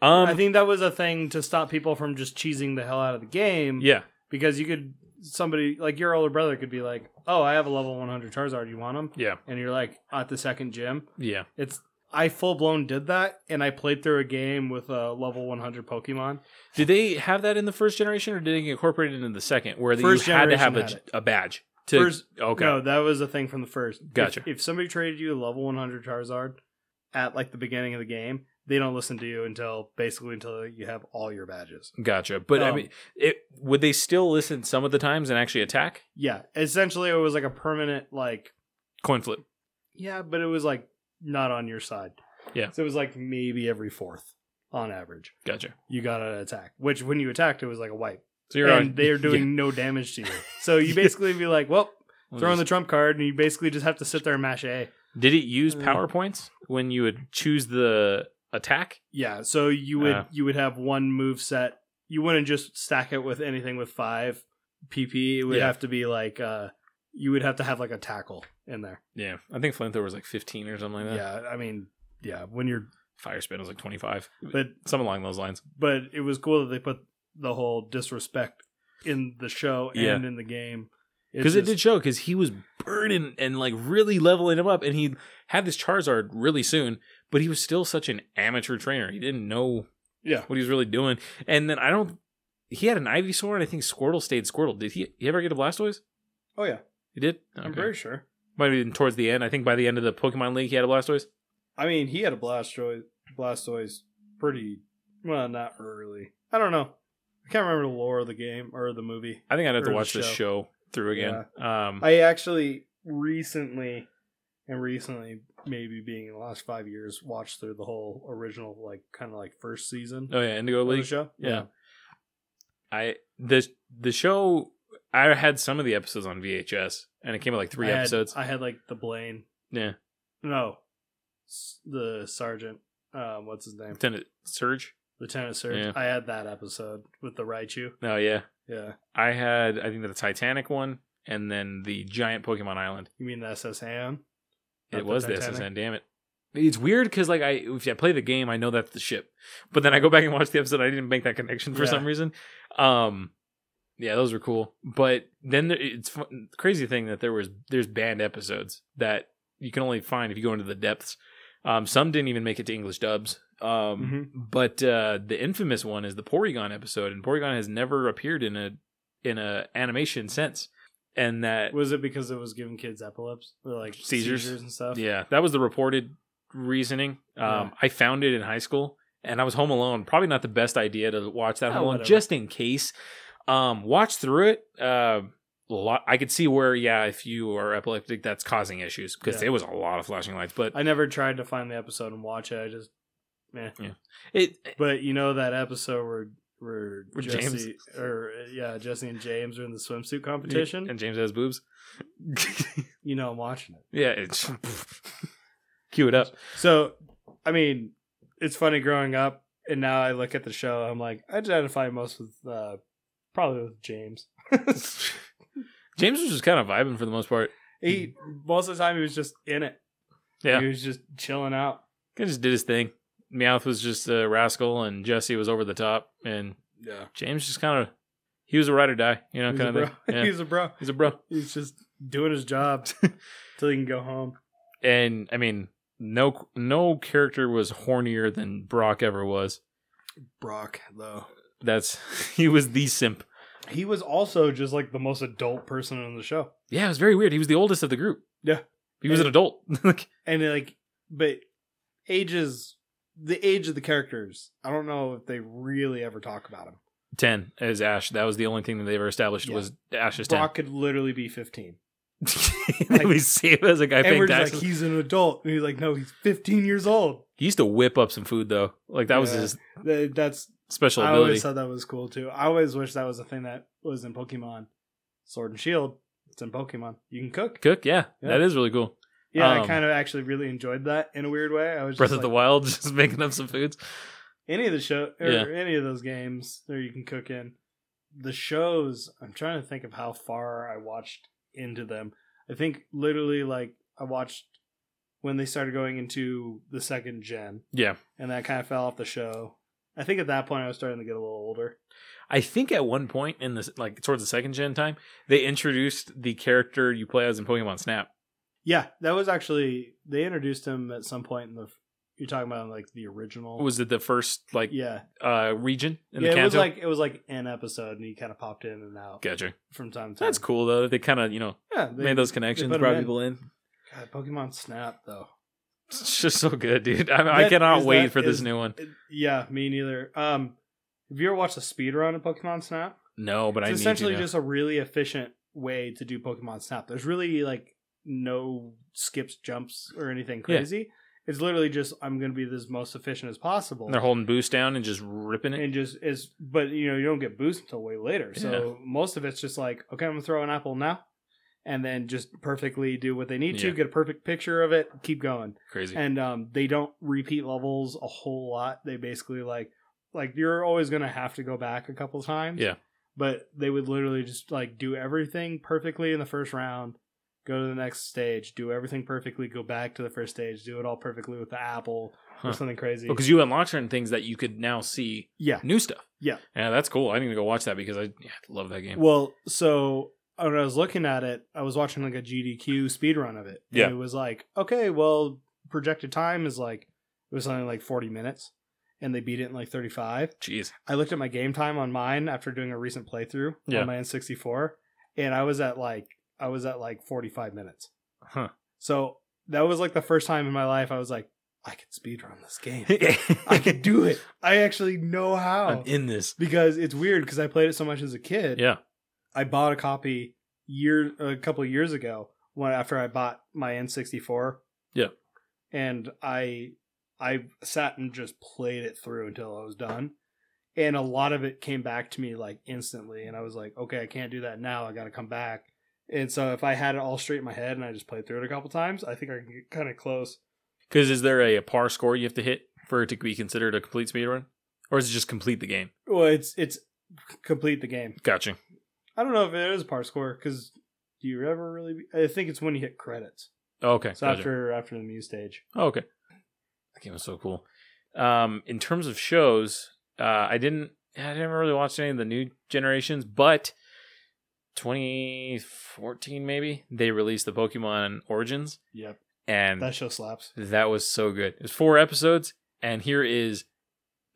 Speaker 2: Um,
Speaker 1: I think that was a thing to stop people from just cheesing the hell out of the game.
Speaker 2: yeah,
Speaker 1: because you could somebody like your older brother could be like, "Oh, I have a level 100 Charizard. You want him?"
Speaker 2: Yeah.
Speaker 1: And you're like, "At the second gym."
Speaker 2: Yeah.
Speaker 1: It's I full blown did that, and I played through a game with a level 100 Pokemon.
Speaker 2: Did they have that in the first generation, or did it get incorporated into the second, where
Speaker 1: First
Speaker 2: you had to have a,
Speaker 1: generation
Speaker 2: a badge? To,
Speaker 1: First-
Speaker 2: okay.
Speaker 1: No, that was a thing from the first. If-
Speaker 2: Gotcha.
Speaker 1: If, somebody traded you a level 100 Charizard at like the beginning of the game, they don't listen to you until basically until you have all your badges.
Speaker 2: Gotcha. But I
Speaker 1: Um,
Speaker 2: mean, it would they still listen some of the times and actually attack?
Speaker 1: Yeah, essentially it was like a permanent like
Speaker 2: Coin flip.
Speaker 1: yeah, but it was like not on your side.
Speaker 2: Yeah.
Speaker 1: So it was like maybe every fourth on average
Speaker 2: Gotcha.
Speaker 1: you got an attack, which when you attacked it was like a wipe,
Speaker 2: So you're
Speaker 1: and
Speaker 2: on,
Speaker 1: they're doing no damage to you. So you basically be like, well,
Speaker 2: yeah.
Speaker 1: throw in the trump card, and you basically just have to sit there and mash A.
Speaker 2: Did it use
Speaker 1: Uh,
Speaker 2: PowerPoints when you would choose the attack?
Speaker 1: Yeah, so you would
Speaker 2: Ah.
Speaker 1: you would have one move set. You wouldn't just stack it with anything with five PP. It would
Speaker 2: Yeah.
Speaker 1: have to be like uh, you would have to have like a tackle in there.
Speaker 2: Yeah, I think flamethrower was like 15 or something like that.
Speaker 1: Yeah, I mean, yeah, when you're
Speaker 2: Fire spin was like 25.
Speaker 1: but
Speaker 2: Something along those lines.
Speaker 1: but it was cool that they put the whole disrespect in the show
Speaker 2: Yeah.
Speaker 1: and in the game
Speaker 2: Because it
Speaker 1: just-
Speaker 2: did show, because he was burning and like really leveling him up, and he had this Charizard really soon, but he was still such an amateur trainer. He didn't know
Speaker 1: Yeah,
Speaker 2: what he was really doing. And then I don't. He had an Ivysaur, and I think Squirtle stayed Squirtle. Did he, he ever get a Blastoise?
Speaker 1: oh yeah,
Speaker 2: He did.
Speaker 1: I'm
Speaker 2: Okay.
Speaker 1: pretty sure.
Speaker 2: Might have been towards the end. I think by the end of the Pokemon League, he had a Blastoise.
Speaker 1: I mean, he had a Blastoise, Blastoise pretty well, not early. I don't know. I can't remember the lore of the game or the movie.
Speaker 2: I think I'd have
Speaker 1: Or
Speaker 2: to
Speaker 1: the
Speaker 2: watch this
Speaker 1: show.
Speaker 2: show through again. Um,
Speaker 1: I actually recently, and recently, maybe being in the last five years, watched through the whole original, like kind of like first season
Speaker 2: oh yeah, Indigo
Speaker 1: of the
Speaker 2: League.
Speaker 1: show.
Speaker 2: Yeah. I the the show. I had some of the episodes on VHS, and it came with like three
Speaker 1: I had-
Speaker 2: episodes.
Speaker 1: I had like the Blaine.
Speaker 2: yeah,
Speaker 1: No, s- the sergeant. Um, what's his name?
Speaker 2: Lieutenant Surge.
Speaker 1: Lieutenant Surge.
Speaker 2: Yeah.
Speaker 1: I had that episode with the Raichu.
Speaker 2: No, yeah,
Speaker 1: Yeah.
Speaker 2: I had. I think the Titanic one, and then the giant Pokemon Island.
Speaker 1: You mean the SSN? Not
Speaker 2: it was the
Speaker 1: Titanic?
Speaker 2: SSN. Damn it. It's weird because like I if I play the game I know that's the ship, but then I go back and watch the episode I didn't make that connection for
Speaker 1: Yeah.
Speaker 2: some reason. Um, yeah, those were cool. But then there, it's fun, crazy thing that there was there's banned episodes that you can only find if you go into the depths. Um, some didn't even make it to English dubs. Um,
Speaker 1: Mm-hmm.
Speaker 2: but uh, the infamous one is the Porygon episode, and Porygon has never appeared in a in a animation since. And that
Speaker 1: Was it because it was giving kids epilepsy or like
Speaker 2: Uh, Seizures.
Speaker 1: seizures, and stuff?
Speaker 2: Yeah, that was the reported reasoning. Um,
Speaker 1: Yeah.
Speaker 2: I found it in high school, and I was home alone. Probably not the best idea to watch that
Speaker 1: Oh,
Speaker 2: home alone,
Speaker 1: whatever.
Speaker 2: just in case. Um, watch through it. Uh, a lot. I could see where, yeah, if you are epileptic, that's causing issues because
Speaker 1: Yeah.
Speaker 2: there was a lot of flashing lights. But
Speaker 1: I never tried to find the episode and watch it. I just,
Speaker 2: it,
Speaker 1: but you know that episode where where
Speaker 2: Eh. Where
Speaker 1: Jesse or uh, yeah Jesse and James are in the swimsuit competition.
Speaker 2: and James has boobs.
Speaker 1: you know I'm watching it.
Speaker 2: yeah, it's cue it up.
Speaker 1: So, I mean, it's funny growing up, and now I look at the show. I'm like, I identify most with uh, probably with James.
Speaker 2: James was just kind of vibing for the most part.
Speaker 1: He most of the time he was just in it.
Speaker 2: Yeah.
Speaker 1: he was just chilling out.
Speaker 2: He just did his thing. Meowth was just a rascal, and Jesse was over the top, and
Speaker 1: Yeah,
Speaker 2: James just kind of he was a ride or die, you know,
Speaker 1: he's a
Speaker 2: kind
Speaker 1: bro.
Speaker 2: of thing. Yeah.
Speaker 1: he's a bro.
Speaker 2: he's a bro.
Speaker 1: He's just doing his job till he can go home.
Speaker 2: And I mean, no no character was hornier than Brock ever was.
Speaker 1: Brock though.
Speaker 2: That's he was the simp.
Speaker 1: He was also just like the most adult person on the show.
Speaker 2: Yeah, it was very weird. He was the oldest of the group.
Speaker 1: Yeah.
Speaker 2: He was an adult. Like,
Speaker 1: And like but ages the age of the characters, I don't know if they really ever talk about him.
Speaker 2: ten is Ash. That was the only thing that they ever established
Speaker 1: Yeah.
Speaker 2: was Ash is
Speaker 1: Brock could literally be fifteen.
Speaker 2: ten. they would see him as a guy
Speaker 1: and we're
Speaker 2: paying
Speaker 1: just
Speaker 2: taxes.
Speaker 1: like, he's an adult. And he's like, no, he's fifteen years old.
Speaker 2: he used to whip up some food though. Like that was
Speaker 1: Yeah.
Speaker 2: his
Speaker 1: That- That's
Speaker 2: special
Speaker 1: I
Speaker 2: ability.
Speaker 1: always thought that was cool too. I always wish that was a thing that was in Pokemon. Sword and Shield. It's in Pokemon. You can cook.
Speaker 2: Cook, yeah,
Speaker 1: Yeah.
Speaker 2: that is really cool.
Speaker 1: Yeah,
Speaker 2: Um,
Speaker 1: I kind of actually really enjoyed that in a weird way. I was just
Speaker 2: Breath
Speaker 1: like,
Speaker 2: of the Wild, just making up some foods.
Speaker 1: any of the show or
Speaker 2: Yeah.
Speaker 1: any of those games there you can cook in the shows i'm trying to think of how far i watched into them i think literally like i watched when they started going into the second gen
Speaker 2: Yeah,
Speaker 1: and that kind of fell off the show i think at that point i was starting to get a little older
Speaker 2: I think at one point in this, like towards the second gen time, they introduced the character you play as in Pokemon Snap.
Speaker 1: Yeah, that was actually they introduced him at some point in the. You're talking about like the original.
Speaker 2: Was it the first like
Speaker 1: yeah,
Speaker 2: uh region in
Speaker 1: yeah.
Speaker 2: the
Speaker 1: It was
Speaker 2: Kanto?
Speaker 1: like it was like an episode, and he kind of popped in and out
Speaker 2: gotcha.
Speaker 1: from time to time.
Speaker 2: That's cool though. They kind of you know
Speaker 1: Yeah, they,
Speaker 2: made those connections,
Speaker 1: put 'em
Speaker 2: brought
Speaker 1: in.
Speaker 2: people in.
Speaker 1: God, Pokemon Snap though.
Speaker 2: It's just so good, dude. I, I
Speaker 1: That-
Speaker 2: cannot
Speaker 1: is
Speaker 2: wait
Speaker 1: that-
Speaker 2: for this
Speaker 1: is-
Speaker 2: new one.
Speaker 1: It- yeah, me neither. Um, have you ever watched a speedrun of Pokemon Snap?
Speaker 2: No, but I
Speaker 1: it's
Speaker 2: need to.
Speaker 1: essentially
Speaker 2: now.
Speaker 1: just a really efficient way to do Pokemon Snap. There's really like no skips, jumps, or anything
Speaker 2: Yeah.
Speaker 1: crazy. It's literally just I'm going to be as most efficient as possible,
Speaker 2: And they're holding boost down and just ripping it.
Speaker 1: and just is. But you know you don't get boost until way later, so most of it's just like okay, I'm going to throw an apple now, and then just perfectly do what they need to,
Speaker 2: Yeah.
Speaker 1: get a perfect picture of it, keep going
Speaker 2: Crazy.
Speaker 1: and um, they don't repeat levels a whole lot. They basically like like you're always gonna have to go back a couple times.
Speaker 2: Yeah.
Speaker 1: But they would literally just like do everything perfectly in the first round, go to the next stage, do everything perfectly, go back to the first stage, do it all perfectly with the apple
Speaker 2: Huh.
Speaker 1: or something crazy.
Speaker 2: because you unlock certain things that you could now see
Speaker 1: yeah.
Speaker 2: new stuff.
Speaker 1: Yeah.
Speaker 2: yeah, that's cool. I need to go watch that because I yeah, love that game.
Speaker 1: Well, so when I was looking at it, I was watching like a GDQ speedrun of it. and
Speaker 2: Yeah.
Speaker 1: It was like, okay, well, projected time is like it was something like forty minutes. And they beat it in like thirty five.
Speaker 2: Jeez,
Speaker 1: I looked at my game time on mine after doing a recent playthrough
Speaker 2: Yeah.
Speaker 1: on my N64, and I was at like I was at like 45 minutes.
Speaker 2: huh?
Speaker 1: So that was like the first time in my life I was like, I could speedrun this game. I
Speaker 2: I
Speaker 1: could do Oh. it. I actually know how
Speaker 2: I'm in this.
Speaker 1: because it's weird because I played it so much as a kid.
Speaker 2: Yeah,
Speaker 1: I bought a copy year a couple of years ago when after I bought my N64.
Speaker 2: Yeah.
Speaker 1: And I I sat and just played it through until I was done. And a lot of it came back to me like instantly and I was like, "Okay, I can't do that now. I got to come back." And so if I had it all straight in my head and I just played through it a couple times, I think I can get kind of close.
Speaker 2: because is there a, a par score you have to hit for it to be considered a complete speedrun, or is it just complete the game?
Speaker 1: Well, it's it's complete the game.
Speaker 2: Gotcha.
Speaker 1: I don't know if it is a par score cuz do you ever really I think it's when you hit credits.
Speaker 2: Okay,
Speaker 1: So
Speaker 2: gotcha.
Speaker 1: after after the muse stage.
Speaker 2: Oh, okay. That game was so cool. Um, in terms of shows, uh, I didn't I didn't really watch any of the new generations, but 2014 maybe they released the Pokemon Origins,
Speaker 1: Yep.
Speaker 2: and
Speaker 1: That show slaps.
Speaker 2: that was so good. It was four episodes, and here is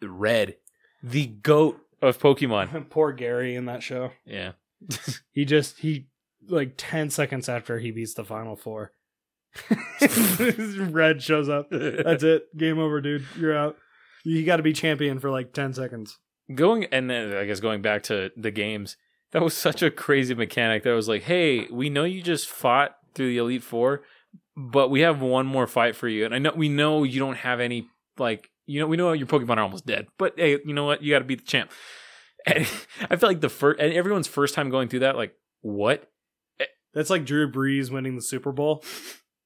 Speaker 2: Red, the goat of Pokemon.
Speaker 1: Poor Gary in that show.
Speaker 2: Yeah,
Speaker 1: He just he like ten seconds after he beats the final four. Red shows up. That's it. Game over, dude. You're out. You got to be champion for like ten seconds.
Speaker 2: going and then I guess going back to the games, that was such a crazy mechanic that was like, hey, we know you just fought through the Elite Four, but we have one more fight for you. And I know we know you don't have any like you know, we know your Pokemon are almost dead, but hey, you know what? You gotta beat the champ. And I feel like the first and everyone's first time going through that, like, what?
Speaker 1: That's like Drew Brees winning the Super Bowl,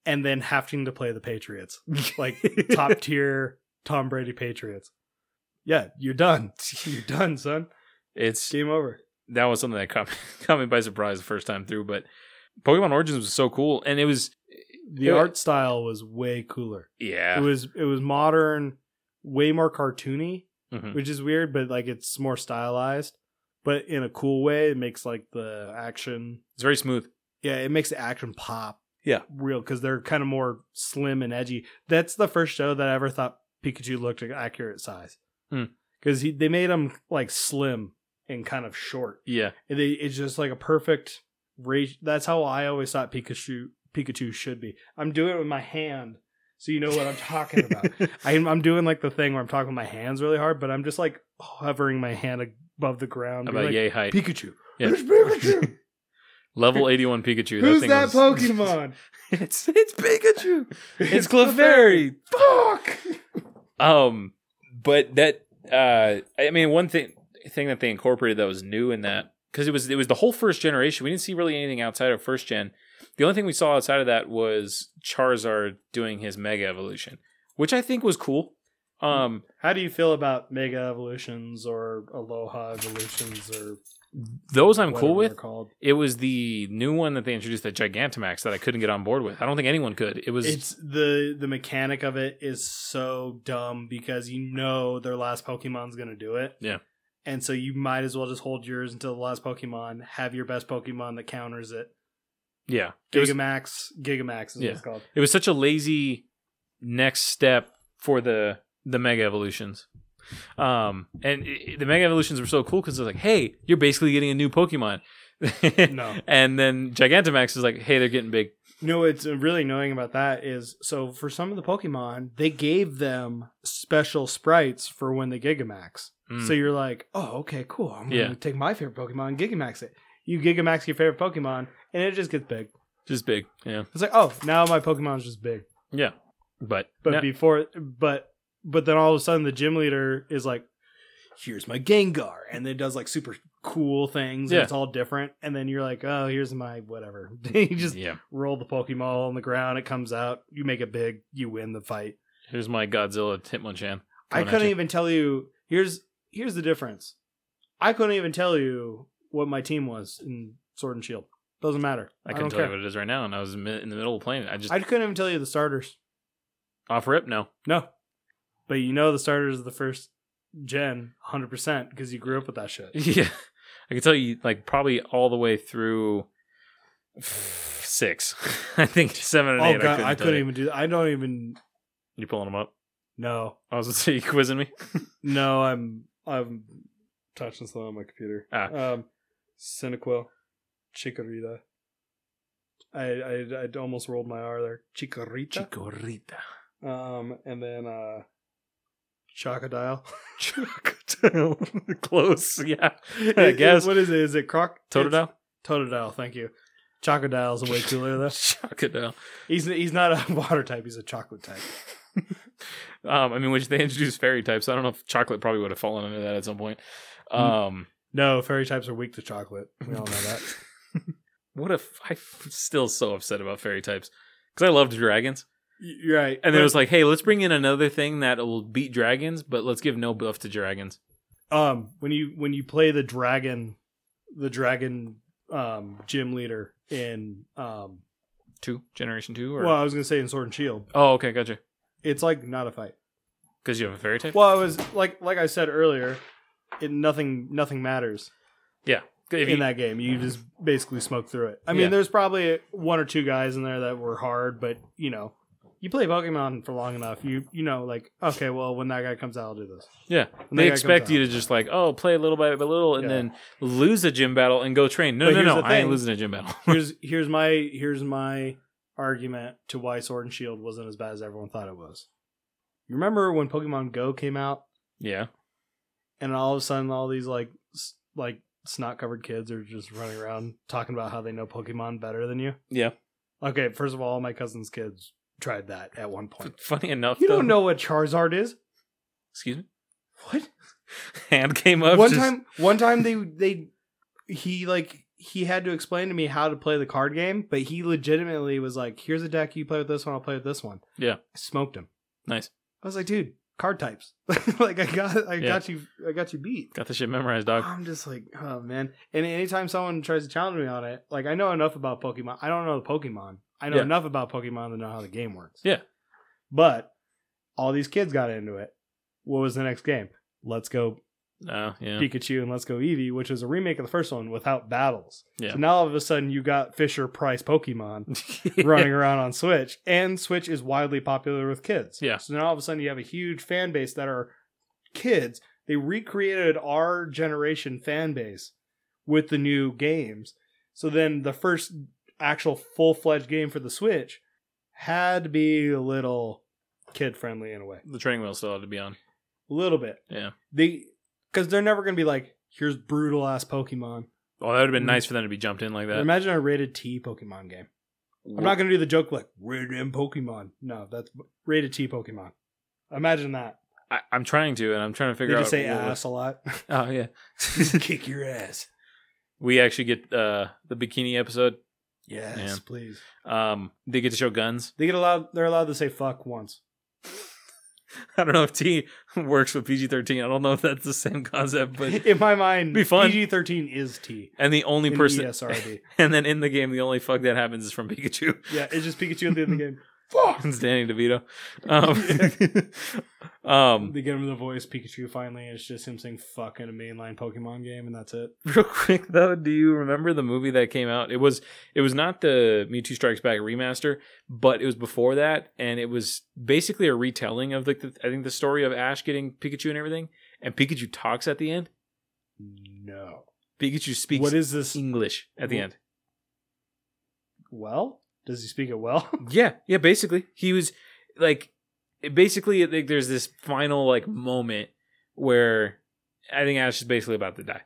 Speaker 1: and then having to play the Patriots, like top tier Tom Brady Patriots. Yeah, you're done. You're done, son.
Speaker 2: It's
Speaker 1: Game over.
Speaker 2: that was something that caught me, caught me by surprise the first time through, but Pokemon Origins was so cool and it was
Speaker 1: The art style was way cooler. It
Speaker 2: yeah.
Speaker 1: was it was modern, way more cartoony.
Speaker 2: Mhm.
Speaker 1: which is weird, but like it's more stylized, but in a cool way. It makes like the action,
Speaker 2: It's very smooth.
Speaker 1: yeah, it makes the action pop.
Speaker 2: Yeah.
Speaker 1: real because they're kind of more slim and edgy. That's the first show that I ever thought Pikachu looked an accurate size
Speaker 2: Hmm.
Speaker 1: because he they made him like slim and kind of short.
Speaker 2: Yeah.
Speaker 1: And they, it's just like a perfect ratio. That's how I always thought Pikachu Pikachu should be. I'm doing it with my hand, so you know what I'm talking about. I'm, I'm doing like the thing where I'm talking with my hands really hard, but I'm just like hovering my hand above the ground. being
Speaker 2: about
Speaker 1: like,
Speaker 2: yay height.
Speaker 1: Pikachu.
Speaker 2: Yeah.
Speaker 1: Who's Pikachu?
Speaker 2: Level 81 Pikachu.
Speaker 1: Who's
Speaker 2: thing
Speaker 1: that
Speaker 2: was-
Speaker 1: Pokemon?
Speaker 2: it's it's Pikachu. It's
Speaker 1: Clefairy.
Speaker 2: Clefairy.
Speaker 1: Fuck.
Speaker 2: Um but that uh I mean one thing thing that they incorporated that was new in that cuz it was it was the whole first generation. We didn't see really anything outside of first gen. The only thing we saw outside of that was Charizard doing his mega evolution, which I think was cool. Um
Speaker 1: How do you feel about Mega Evolutions or Aloha Evolutions or
Speaker 2: those I'm
Speaker 1: whatever
Speaker 2: cool
Speaker 1: they're
Speaker 2: with.
Speaker 1: Called?
Speaker 2: It was the new one that they introduced, the Gigantamax, that I couldn't get on board with. I don't think anyone could. It was
Speaker 1: It's the the mechanic of it is so dumb because you know their last Pokemon's gonna do it.
Speaker 2: Yeah.
Speaker 1: And so you might as well just hold yours until the last Pokemon, have your best Pokemon that counters it.
Speaker 2: Yeah. It was,
Speaker 1: Gigamax, Gigamax is what
Speaker 2: Yeah.
Speaker 1: it's called.
Speaker 2: it was such a lazy next step for the the mega evolutions. Um, and i the mega evolutions were so cool because they're like, hey, you're basically getting a new Pokemon.
Speaker 1: No.
Speaker 2: And then Gigantamax is like, hey, they're getting big.
Speaker 1: No, it's really annoying about that is so for some of the Pokemon, they gave them special sprites for when they Gigamax.
Speaker 2: Mm.
Speaker 1: So you're like, oh, okay, cool. I'm
Speaker 2: Yeah.
Speaker 1: gonna take my favorite Pokemon, and Gigamax it. You Gigamax your favorite Pokemon, and it just gets big.
Speaker 2: just big. Yeah.
Speaker 1: It's like, oh, now my Pokemon's just big.
Speaker 2: Yeah. But,
Speaker 1: But
Speaker 2: no-
Speaker 1: before, but but then all of a sudden, the gym leader is like, here's my Gengar, and it does like super cool things, and
Speaker 2: Yeah.
Speaker 1: it's all different. And then you're like, oh, here's my whatever. you just
Speaker 2: yeah.
Speaker 1: roll the Pokeball on the ground. It comes out. You make it big. You win the fight.
Speaker 2: Here's my Godzilla Hitmonchan.
Speaker 1: I
Speaker 2: coming at
Speaker 1: couldn't
Speaker 2: you.
Speaker 1: even tell you. Here's here's the difference. I couldn't even tell you what my team was in Sword and Shield. Doesn't matter.
Speaker 2: I
Speaker 1: I,
Speaker 2: couldn't
Speaker 1: don't care.
Speaker 2: tell you what it is right now, and I was in the in the middle of playing it. I just
Speaker 1: I couldn't even tell you the starters.
Speaker 2: off rip. No,
Speaker 1: No, but you know the starters of the first gen, hundred percent, because you grew up with that shit.
Speaker 2: yeah, I can tell you like probably all the way through six. I think seven and
Speaker 1: Oh
Speaker 2: eight.
Speaker 1: god, I
Speaker 2: tell
Speaker 1: couldn't
Speaker 2: you.
Speaker 1: even do. that. I don't even.
Speaker 2: You pulling them up?
Speaker 1: No,
Speaker 2: I was gonna say you quizzing me.
Speaker 1: no, I'm I'm touching something on my computer.
Speaker 2: Ah.
Speaker 1: Um, Cinequil, Chikorita. I I I'd almost rolled my R there. Chikorita.
Speaker 2: Chikorita.
Speaker 1: um, and then uh, Chocodile.
Speaker 2: Chocodile. Close. Yeah. I
Speaker 1: It-
Speaker 2: guess.
Speaker 1: it- what is it? Is it Croc?
Speaker 2: Totodile?
Speaker 1: It's- Totodile. Thank you. Chocodile's way cooler though.
Speaker 2: Chocodile.
Speaker 1: He's he's not a water type. He's a chocolate type.
Speaker 2: um, I mean, which they introduced fairy types. I don't know if chocolate probably would have fallen under that at some point. Um,
Speaker 1: No, fairy types are weak to chocolate. Hmm. We all know that.
Speaker 2: what if I'm still so upset about fairy types? Because I loved dragons.
Speaker 1: Y- You're right.
Speaker 2: And then it
Speaker 1: But-
Speaker 2: was like, hey, let's bring in another thing that will beat dragons, but let's give no buff to dragons.
Speaker 1: um when you when you play the dragon the dragon um gym leader in um
Speaker 2: Two generation two, or
Speaker 1: well i was gonna say in sword and shield
Speaker 2: oh, okay, gotcha.
Speaker 1: it's like not a fight
Speaker 2: Because you have a fairy type.
Speaker 1: well i was like like i said earlier it nothing nothing matters
Speaker 2: If
Speaker 1: in
Speaker 2: you-
Speaker 1: that game you just basically smoke through it i mean
Speaker 2: Yeah.
Speaker 1: there's probably one or two guys in there that were hard but you know you play pokemon for long enough you you know like okay well when that guy comes out i'll do this
Speaker 2: yeah,
Speaker 1: When that
Speaker 2: they
Speaker 1: guy
Speaker 2: expect
Speaker 1: comes
Speaker 2: you
Speaker 1: out.
Speaker 2: to just like, oh, play a little by by little, and
Speaker 1: Yeah.
Speaker 2: then lose a gym battle and go train. No,
Speaker 1: But
Speaker 2: no,
Speaker 1: here's
Speaker 2: no,
Speaker 1: the
Speaker 2: I ain't
Speaker 1: thing.
Speaker 2: losing a gym battle.
Speaker 1: here's here's my here's my argument to why Sword and Shield wasn't as bad as everyone thought it was. You remember when Pokemon Go came out,
Speaker 2: yeah,
Speaker 1: and all of a sudden, all these like s- like snot covered kids are just running around talking about how they know Pokemon better than you.
Speaker 2: yeah.
Speaker 1: Okay, first of all, my cousin's kids tried that at one
Speaker 2: F-
Speaker 1: point.
Speaker 2: Funny enough,
Speaker 1: You don't
Speaker 2: though-
Speaker 1: know what Charizard is.
Speaker 2: Excuse me.
Speaker 1: What?
Speaker 2: Hand came up.
Speaker 1: one
Speaker 2: just-
Speaker 1: time, one time they they he like he had to explain to me how to play the card game, but he legitimately was like, "Here's a deck. You play with this one. I'll play with this one."
Speaker 2: Yeah.
Speaker 1: I smoked him.
Speaker 2: Nice.
Speaker 1: I was like, "Dude, card types. like I got, I
Speaker 2: Yeah. Uh,
Speaker 1: got you, I got you beat."
Speaker 2: Got the shit memorized, dog.
Speaker 1: I'm just like, oh man. And anytime someone tries to challenge me on it, like I know enough about Pokemon. I don't know the Pokemon. I know
Speaker 2: Yeah.
Speaker 1: enough about Pokemon to know how the game works.
Speaker 2: Yeah.
Speaker 1: But all these kids got into it. What was the next game? Let's go
Speaker 2: Oh, yeah.
Speaker 1: Pikachu and Let's Go Eevee, which was a remake of the first one without battles.
Speaker 2: Yeah.
Speaker 1: So now all of a sudden you got Fisher Price Pokemon running around on Switch, and Switch is widely popular with kids.
Speaker 2: Yeah.
Speaker 1: So now all of a sudden you have a huge fan base that are kids. They recreated our generation fan base with the new games. So then the first actual full fledged game for the Switch had to be a little kid friendly in a way
Speaker 2: The training wheel still had to be on.
Speaker 1: a little bit.
Speaker 2: Yeah.
Speaker 1: They because they're never gonna be like, here's brutal ass Pokemon.
Speaker 2: Oh, that would have been
Speaker 1: Mm.
Speaker 2: nice for them to be jumped in like that.
Speaker 1: Imagine a rated T Pokemon game. I'm not gonna do the joke like rated M Pokemon. No, that's rated T Pokemon. Imagine that.
Speaker 2: I, I'm trying to, and I'm trying to
Speaker 1: They
Speaker 2: figure out.
Speaker 1: just say
Speaker 2: what-
Speaker 1: ass a lot.
Speaker 2: Oh yeah.
Speaker 1: Kick your ass.
Speaker 2: we actually get uh, the bikini episode.
Speaker 1: Yes,
Speaker 2: Yeah.
Speaker 1: please.
Speaker 2: Um, they get to show guns.
Speaker 1: They get allowed. They're allowed to say fuck once.
Speaker 2: I don't know if T works with PG thirteen. I don't know if that's the same concept, but
Speaker 1: in my mind,
Speaker 2: Be fun.
Speaker 1: PG-13 is T.
Speaker 2: and the only
Speaker 1: in E
Speaker 2: person,
Speaker 1: ESRB.
Speaker 2: and then in the game, the only fuck that happens is from Pikachu.
Speaker 1: yeah, it's just Pikachu at the end of the game.
Speaker 2: fuck, it's Danny DeVito. Um, um,
Speaker 1: They give him the voice Pikachu finally. and It's just him saying "fuck" in a mainline Pokemon game, and that's it.
Speaker 2: Real quick though, do you remember the movie that came out? It was it was not the Mewtwo Strikes Back remaster, but it was before that, and it was basically a retelling of like the, I think the story of Ash getting Pikachu and everything, and Pikachu talks at the end.
Speaker 1: No.
Speaker 2: Pikachu speaks
Speaker 1: What is this?
Speaker 2: English at the end.
Speaker 1: Well, does he speak it well?
Speaker 2: Yeah, yeah. Basically, he was like, it basically, like, there's this final like moment where I think Ash is basically about to die,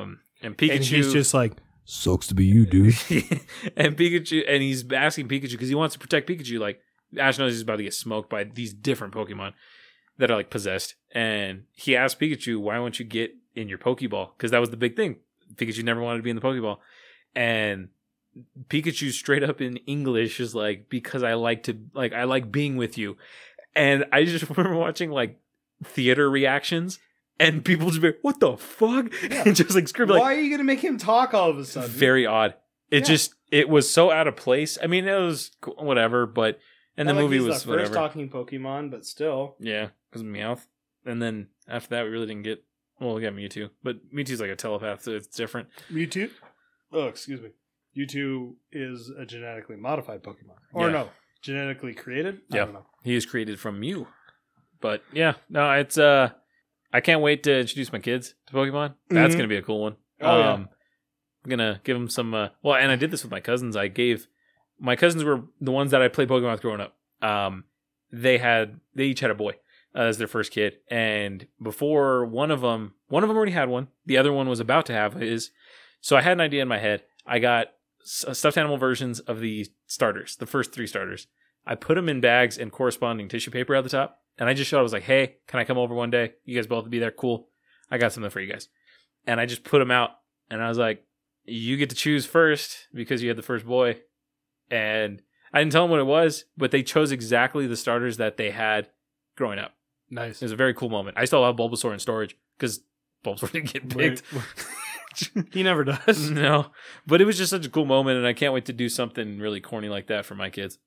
Speaker 2: um, and Pikachu
Speaker 1: And he's just like,
Speaker 3: Sucks to be you, dude.
Speaker 2: and Pikachu, and he's asking Pikachu because he wants to protect Pikachu. Like Ash knows he's about to get smoked by these different Pokemon that are like possessed, and he asked Pikachu, "Why won't you get in your Pokeball?" Because that was the big thing. Pikachu never wanted to be in the Pokeball, and Pikachu straight up in English is like, "Because I like to like I like being with you," and I just remember watching like theater reactions. And people just be like, what the fuck?
Speaker 1: Yeah.
Speaker 2: And just like scribble, like,
Speaker 1: "Why are you gonna make him talk all of a sudden?"
Speaker 2: very odd. It
Speaker 1: Yeah.
Speaker 2: just it was so out of place. I mean, it was cool, whatever, but and the
Speaker 1: Not like
Speaker 2: movie
Speaker 1: he's
Speaker 2: was
Speaker 1: the
Speaker 2: whatever.
Speaker 1: first talking Pokemon, but still,
Speaker 2: yeah, because Meowth, and then after that we really didn't get. Well, we got Mewtwo, but Mewtwo's like a telepath, so it's different.
Speaker 1: Mewtwo. Oh, excuse me. Mewtwo is a genetically modified Pokemon, or
Speaker 2: Yeah.
Speaker 1: no, genetically created.
Speaker 2: Yeah.
Speaker 1: I don't know.
Speaker 2: He is created from Mew, but yeah, no, it's uh, I can't wait to introduce my kids to Pokemon. That's
Speaker 1: Mhm.
Speaker 2: gonna be a cool one.
Speaker 1: Oh, yeah.
Speaker 2: um, I'm gonna give them some. Uh, well, and I did this with my cousins. I gave my cousins were the ones that I played Pokemon with growing up. Um, they had they each had a boy uh, as their first kid, and before one of them, one of them already had one. The other one was about to have his. So I had an idea in my head. I got s- uh, stuffed animal versions of the starters, the first three starters. I put them in bags and corresponding tissue paper at the top, and I just showed. I was like, "Hey, can I come over one day? You guys both be there. Cool. I got something for you guys." And I just put them out and I was like, "You get to choose first because you had the first boy." And I didn't tell them what it was, but they chose exactly the starters that they had growing up.
Speaker 1: Nice.
Speaker 2: It was a very cool moment. I still have Bulbasaur in storage because Bulbasaur didn't get
Speaker 1: Wait,
Speaker 2: picked.
Speaker 1: He never does.
Speaker 2: no, but it was just such a cool moment, and I can't wait to do something really corny like that for my kids.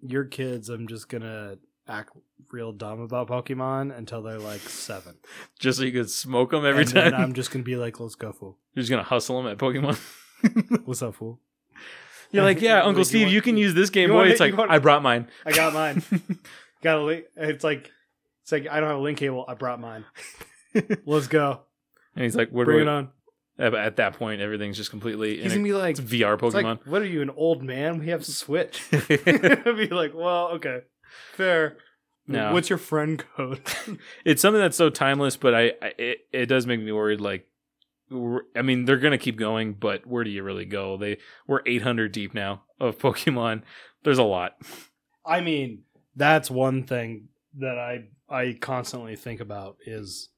Speaker 1: Your kids, I'm just gonna act real dumb about Pokemon until they're like seven.
Speaker 2: Just so you could smoke them every
Speaker 1: and
Speaker 2: time.
Speaker 1: Then I'm just gonna be like, "Let's go, fool.
Speaker 2: You're just gonna hustle them at Pokemon.
Speaker 1: What's up, fool?
Speaker 2: You're like, yeah,
Speaker 1: Like,
Speaker 2: Uncle
Speaker 1: you
Speaker 2: Steve,
Speaker 1: want-
Speaker 2: you can use this Game
Speaker 1: you
Speaker 2: Boy.
Speaker 1: want it-
Speaker 2: it's like
Speaker 1: you want-
Speaker 2: I brought mine.
Speaker 1: I got mine. got a link. It's like, it's like I don't have a link cable. I brought mine. Let's go.
Speaker 2: And he's like, where
Speaker 1: Bring
Speaker 2: do
Speaker 1: it
Speaker 2: we?
Speaker 1: on.
Speaker 2: At at that point, everything's just completely.
Speaker 1: He's
Speaker 2: inex-
Speaker 1: gonna be like,
Speaker 2: It's VR
Speaker 1: it's
Speaker 2: Pokemon.
Speaker 1: like, what are you, an old man? We have to switch. I'd be like, well, okay, fair.
Speaker 2: No.
Speaker 1: What's your friend code?
Speaker 2: it's something that's so timeless, but I, I it, it does make me worried. Like, we're- I mean, they're gonna keep going, but where do you really go? They we're 800 deep now of Pokemon. There's a lot.
Speaker 1: I mean, that's one thing that I I constantly think about is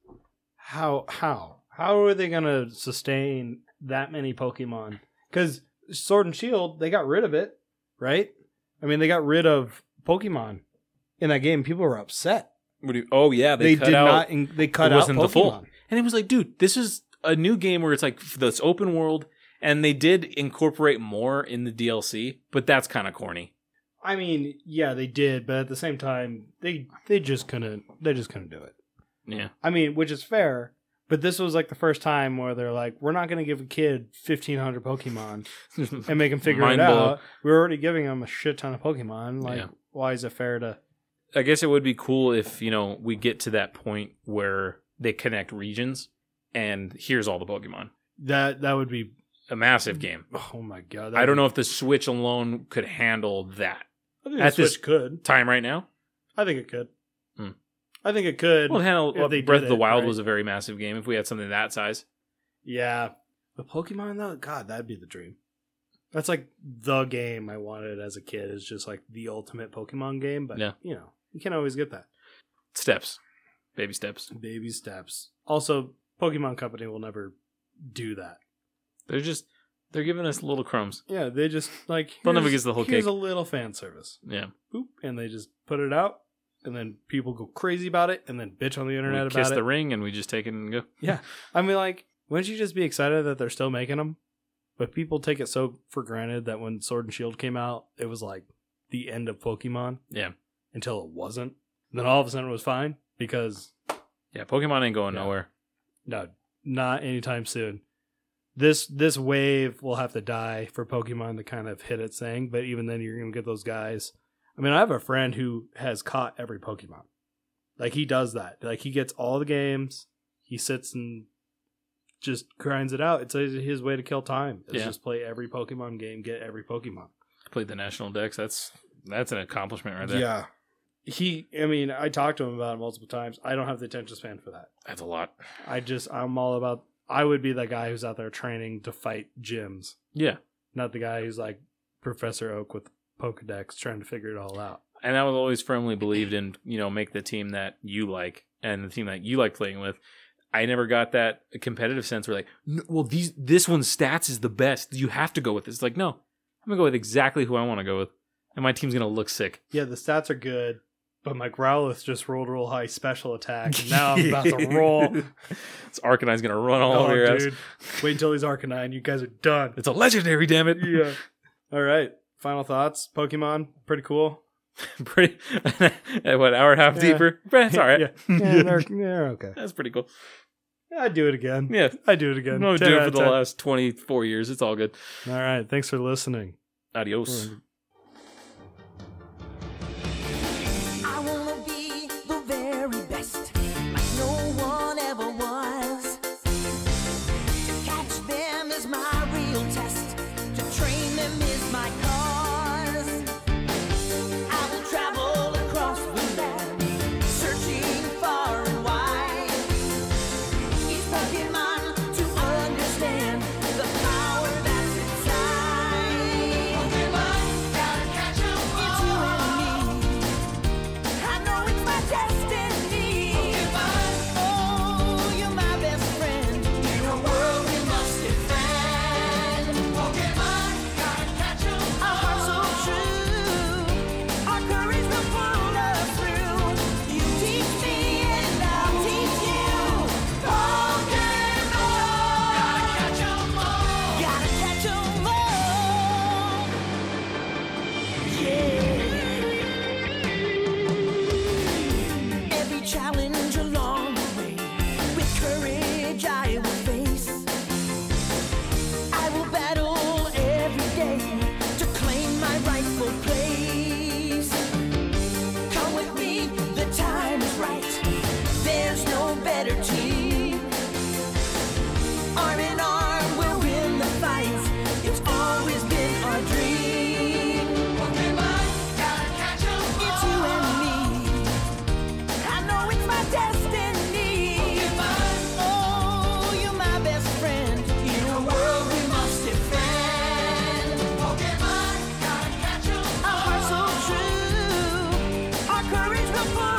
Speaker 1: how how how are they going to sustain that many Pokemon? Because Sword and Shield, they got rid of it, right? I mean, they got rid of Pokemon in that game. People were upset.
Speaker 2: What do you, oh yeah,
Speaker 1: They, did not. In, they cut
Speaker 2: it
Speaker 1: out
Speaker 2: wasn't
Speaker 1: Pokemon.
Speaker 2: the full. and it was like, dude, this is a new game where it's like f- this open world, and they did incorporate more in the DLC, but that's kind of corny.
Speaker 1: I mean, yeah, they did, but at the same time, they they just couldn't. They just couldn't do it.
Speaker 2: Yeah,
Speaker 1: I mean, which is fair. But this was like the first time where they're like, we're not going to give a kid 1,500 Pokemon and make him figure
Speaker 2: Mind
Speaker 1: it
Speaker 2: blow.
Speaker 1: out. We're already giving him a shit ton of Pokemon. Like,
Speaker 2: Yeah.
Speaker 1: why is it fair to.
Speaker 2: I guess it would be cool if you know we get to that point where they connect regions, and here's all the Pokemon.
Speaker 1: That that would be.
Speaker 2: A massive game.
Speaker 1: Oh my God.
Speaker 2: I don't know if the Switch alone could handle that
Speaker 1: I think
Speaker 2: at
Speaker 1: at
Speaker 2: this-
Speaker 1: this could.
Speaker 2: time right now.
Speaker 1: I think it could.
Speaker 2: Hmm.
Speaker 1: I think it could.
Speaker 2: Well, it handled,
Speaker 1: if
Speaker 2: well,
Speaker 1: they
Speaker 2: Breath
Speaker 1: did
Speaker 2: of the
Speaker 1: it,
Speaker 2: Wild
Speaker 1: right?
Speaker 2: was a very massive game. If we had something that size,
Speaker 1: yeah. But Pokemon, though, God, that'd be the dream. That's like the game I wanted as a kid, is just like the ultimate Pokemon game. But,
Speaker 2: Yeah.
Speaker 1: you know, you can't always get that.
Speaker 2: steps, baby steps.
Speaker 1: Baby steps. Also, Pokemon Company will never do that.
Speaker 2: They're just they're giving us little crumbs.
Speaker 1: Yeah, they just like
Speaker 2: They'll never
Speaker 1: here's-
Speaker 2: get the whole
Speaker 1: here's
Speaker 2: cake.
Speaker 1: a little fan service.
Speaker 2: Yeah,
Speaker 1: Boop, and they just put it out, and then people go crazy about it, and then bitch on the internet
Speaker 2: we
Speaker 1: about
Speaker 2: kiss
Speaker 1: it.
Speaker 2: the ring and we just take it and go.
Speaker 1: I mean, like, wouldn't you just be excited that they're still making them? But people take it so for granted that when Sword and Shield came out, it was like, the end of Pokemon.
Speaker 2: Yeah.
Speaker 1: Until it wasn't. And then all of a sudden it was fine because
Speaker 2: Yeah, Pokemon ain't going
Speaker 1: Yeah.
Speaker 2: nowhere.
Speaker 1: no, not anytime soon. This this wave will have to die for Pokemon to kind of hit its thing, but even then you're gonna get those guys. I mean, I have a friend who has caught every Pokemon. Like he does that. Like he gets all the games, he sits and just grinds it out. It's his way to kill time. Is
Speaker 2: Yeah.
Speaker 1: just play every Pokemon game, get every Pokemon.
Speaker 2: Played the national decks. That's that's an accomplishment right there.
Speaker 1: Yeah. He I mean, I talked to him about it multiple times. I don't have the attention span for that.
Speaker 2: That's a lot.
Speaker 1: I just I'm all about I would be the guy who's out there training to fight gyms,
Speaker 2: Yeah.
Speaker 1: not the guy who's like Professor Oak with Pokedex trying to figure it all out.
Speaker 2: and I was always firmly believed in you know make the team that you like and the team that you like playing with. I never got that competitive sense where like, "N- well, these this one's stats is the best. You have to go with this. It's like, no, I'm gonna go with exactly who I want to go with, and my team's gonna look sick.
Speaker 1: Yeah, the stats are good, but my Growlithe just rolled real high special attack, and now I'm about to roll.
Speaker 2: it's Arcanine's gonna run all
Speaker 1: Oh,
Speaker 2: over your ass.
Speaker 1: dude. Wait until he's Arcanine. You guys are done.
Speaker 2: It's a legendary, damn it.
Speaker 1: Yeah. All right. Final thoughts. Pokemon, pretty cool.
Speaker 2: Pretty, at what hour and a half
Speaker 1: Yeah.
Speaker 2: deeper? That's all right.
Speaker 1: Yeah. they're okay.
Speaker 2: That's pretty cool.
Speaker 1: I'd do it again.
Speaker 2: Yeah,
Speaker 1: I do it again.
Speaker 2: no,
Speaker 1: 10
Speaker 2: do it
Speaker 1: out
Speaker 2: for
Speaker 1: of
Speaker 2: the
Speaker 1: 10.
Speaker 2: last 24 years. It's all good.
Speaker 1: All right. Thanks for listening.
Speaker 2: Adios.
Speaker 3: I wanna be the very best, like no one ever was. To catch them is my real test, to train them is my cause. I will travel across the land, searching far and wide. Each Pokemon to understand the power that's inside. Pokemon, gotta catch 'em all. It's you and me. I know it's my destiny. Oh, you're my best friend. In a world we must defend. Pokemon, gotta catch 'em all. Our hearts so true. Our courage will pull us through. You teach me and I'll teach you. Pokemon, gotta catch 'em all. Gotta catch 'em all. Yeah. Every challenge along the way, with courage I will face. I will battle every day to claim my rightful place. Come with me, the time is right. There's no better team. Arm in arm, we'll win the fight. It's always been our dream. Pokemon, gotta catch 'em It's you and me. I know it's my destiny. Oh, you're my best friend. In a world we must defend. Pokemon, gotta catch 'em Our hearts so true. Our courage will pull Oh,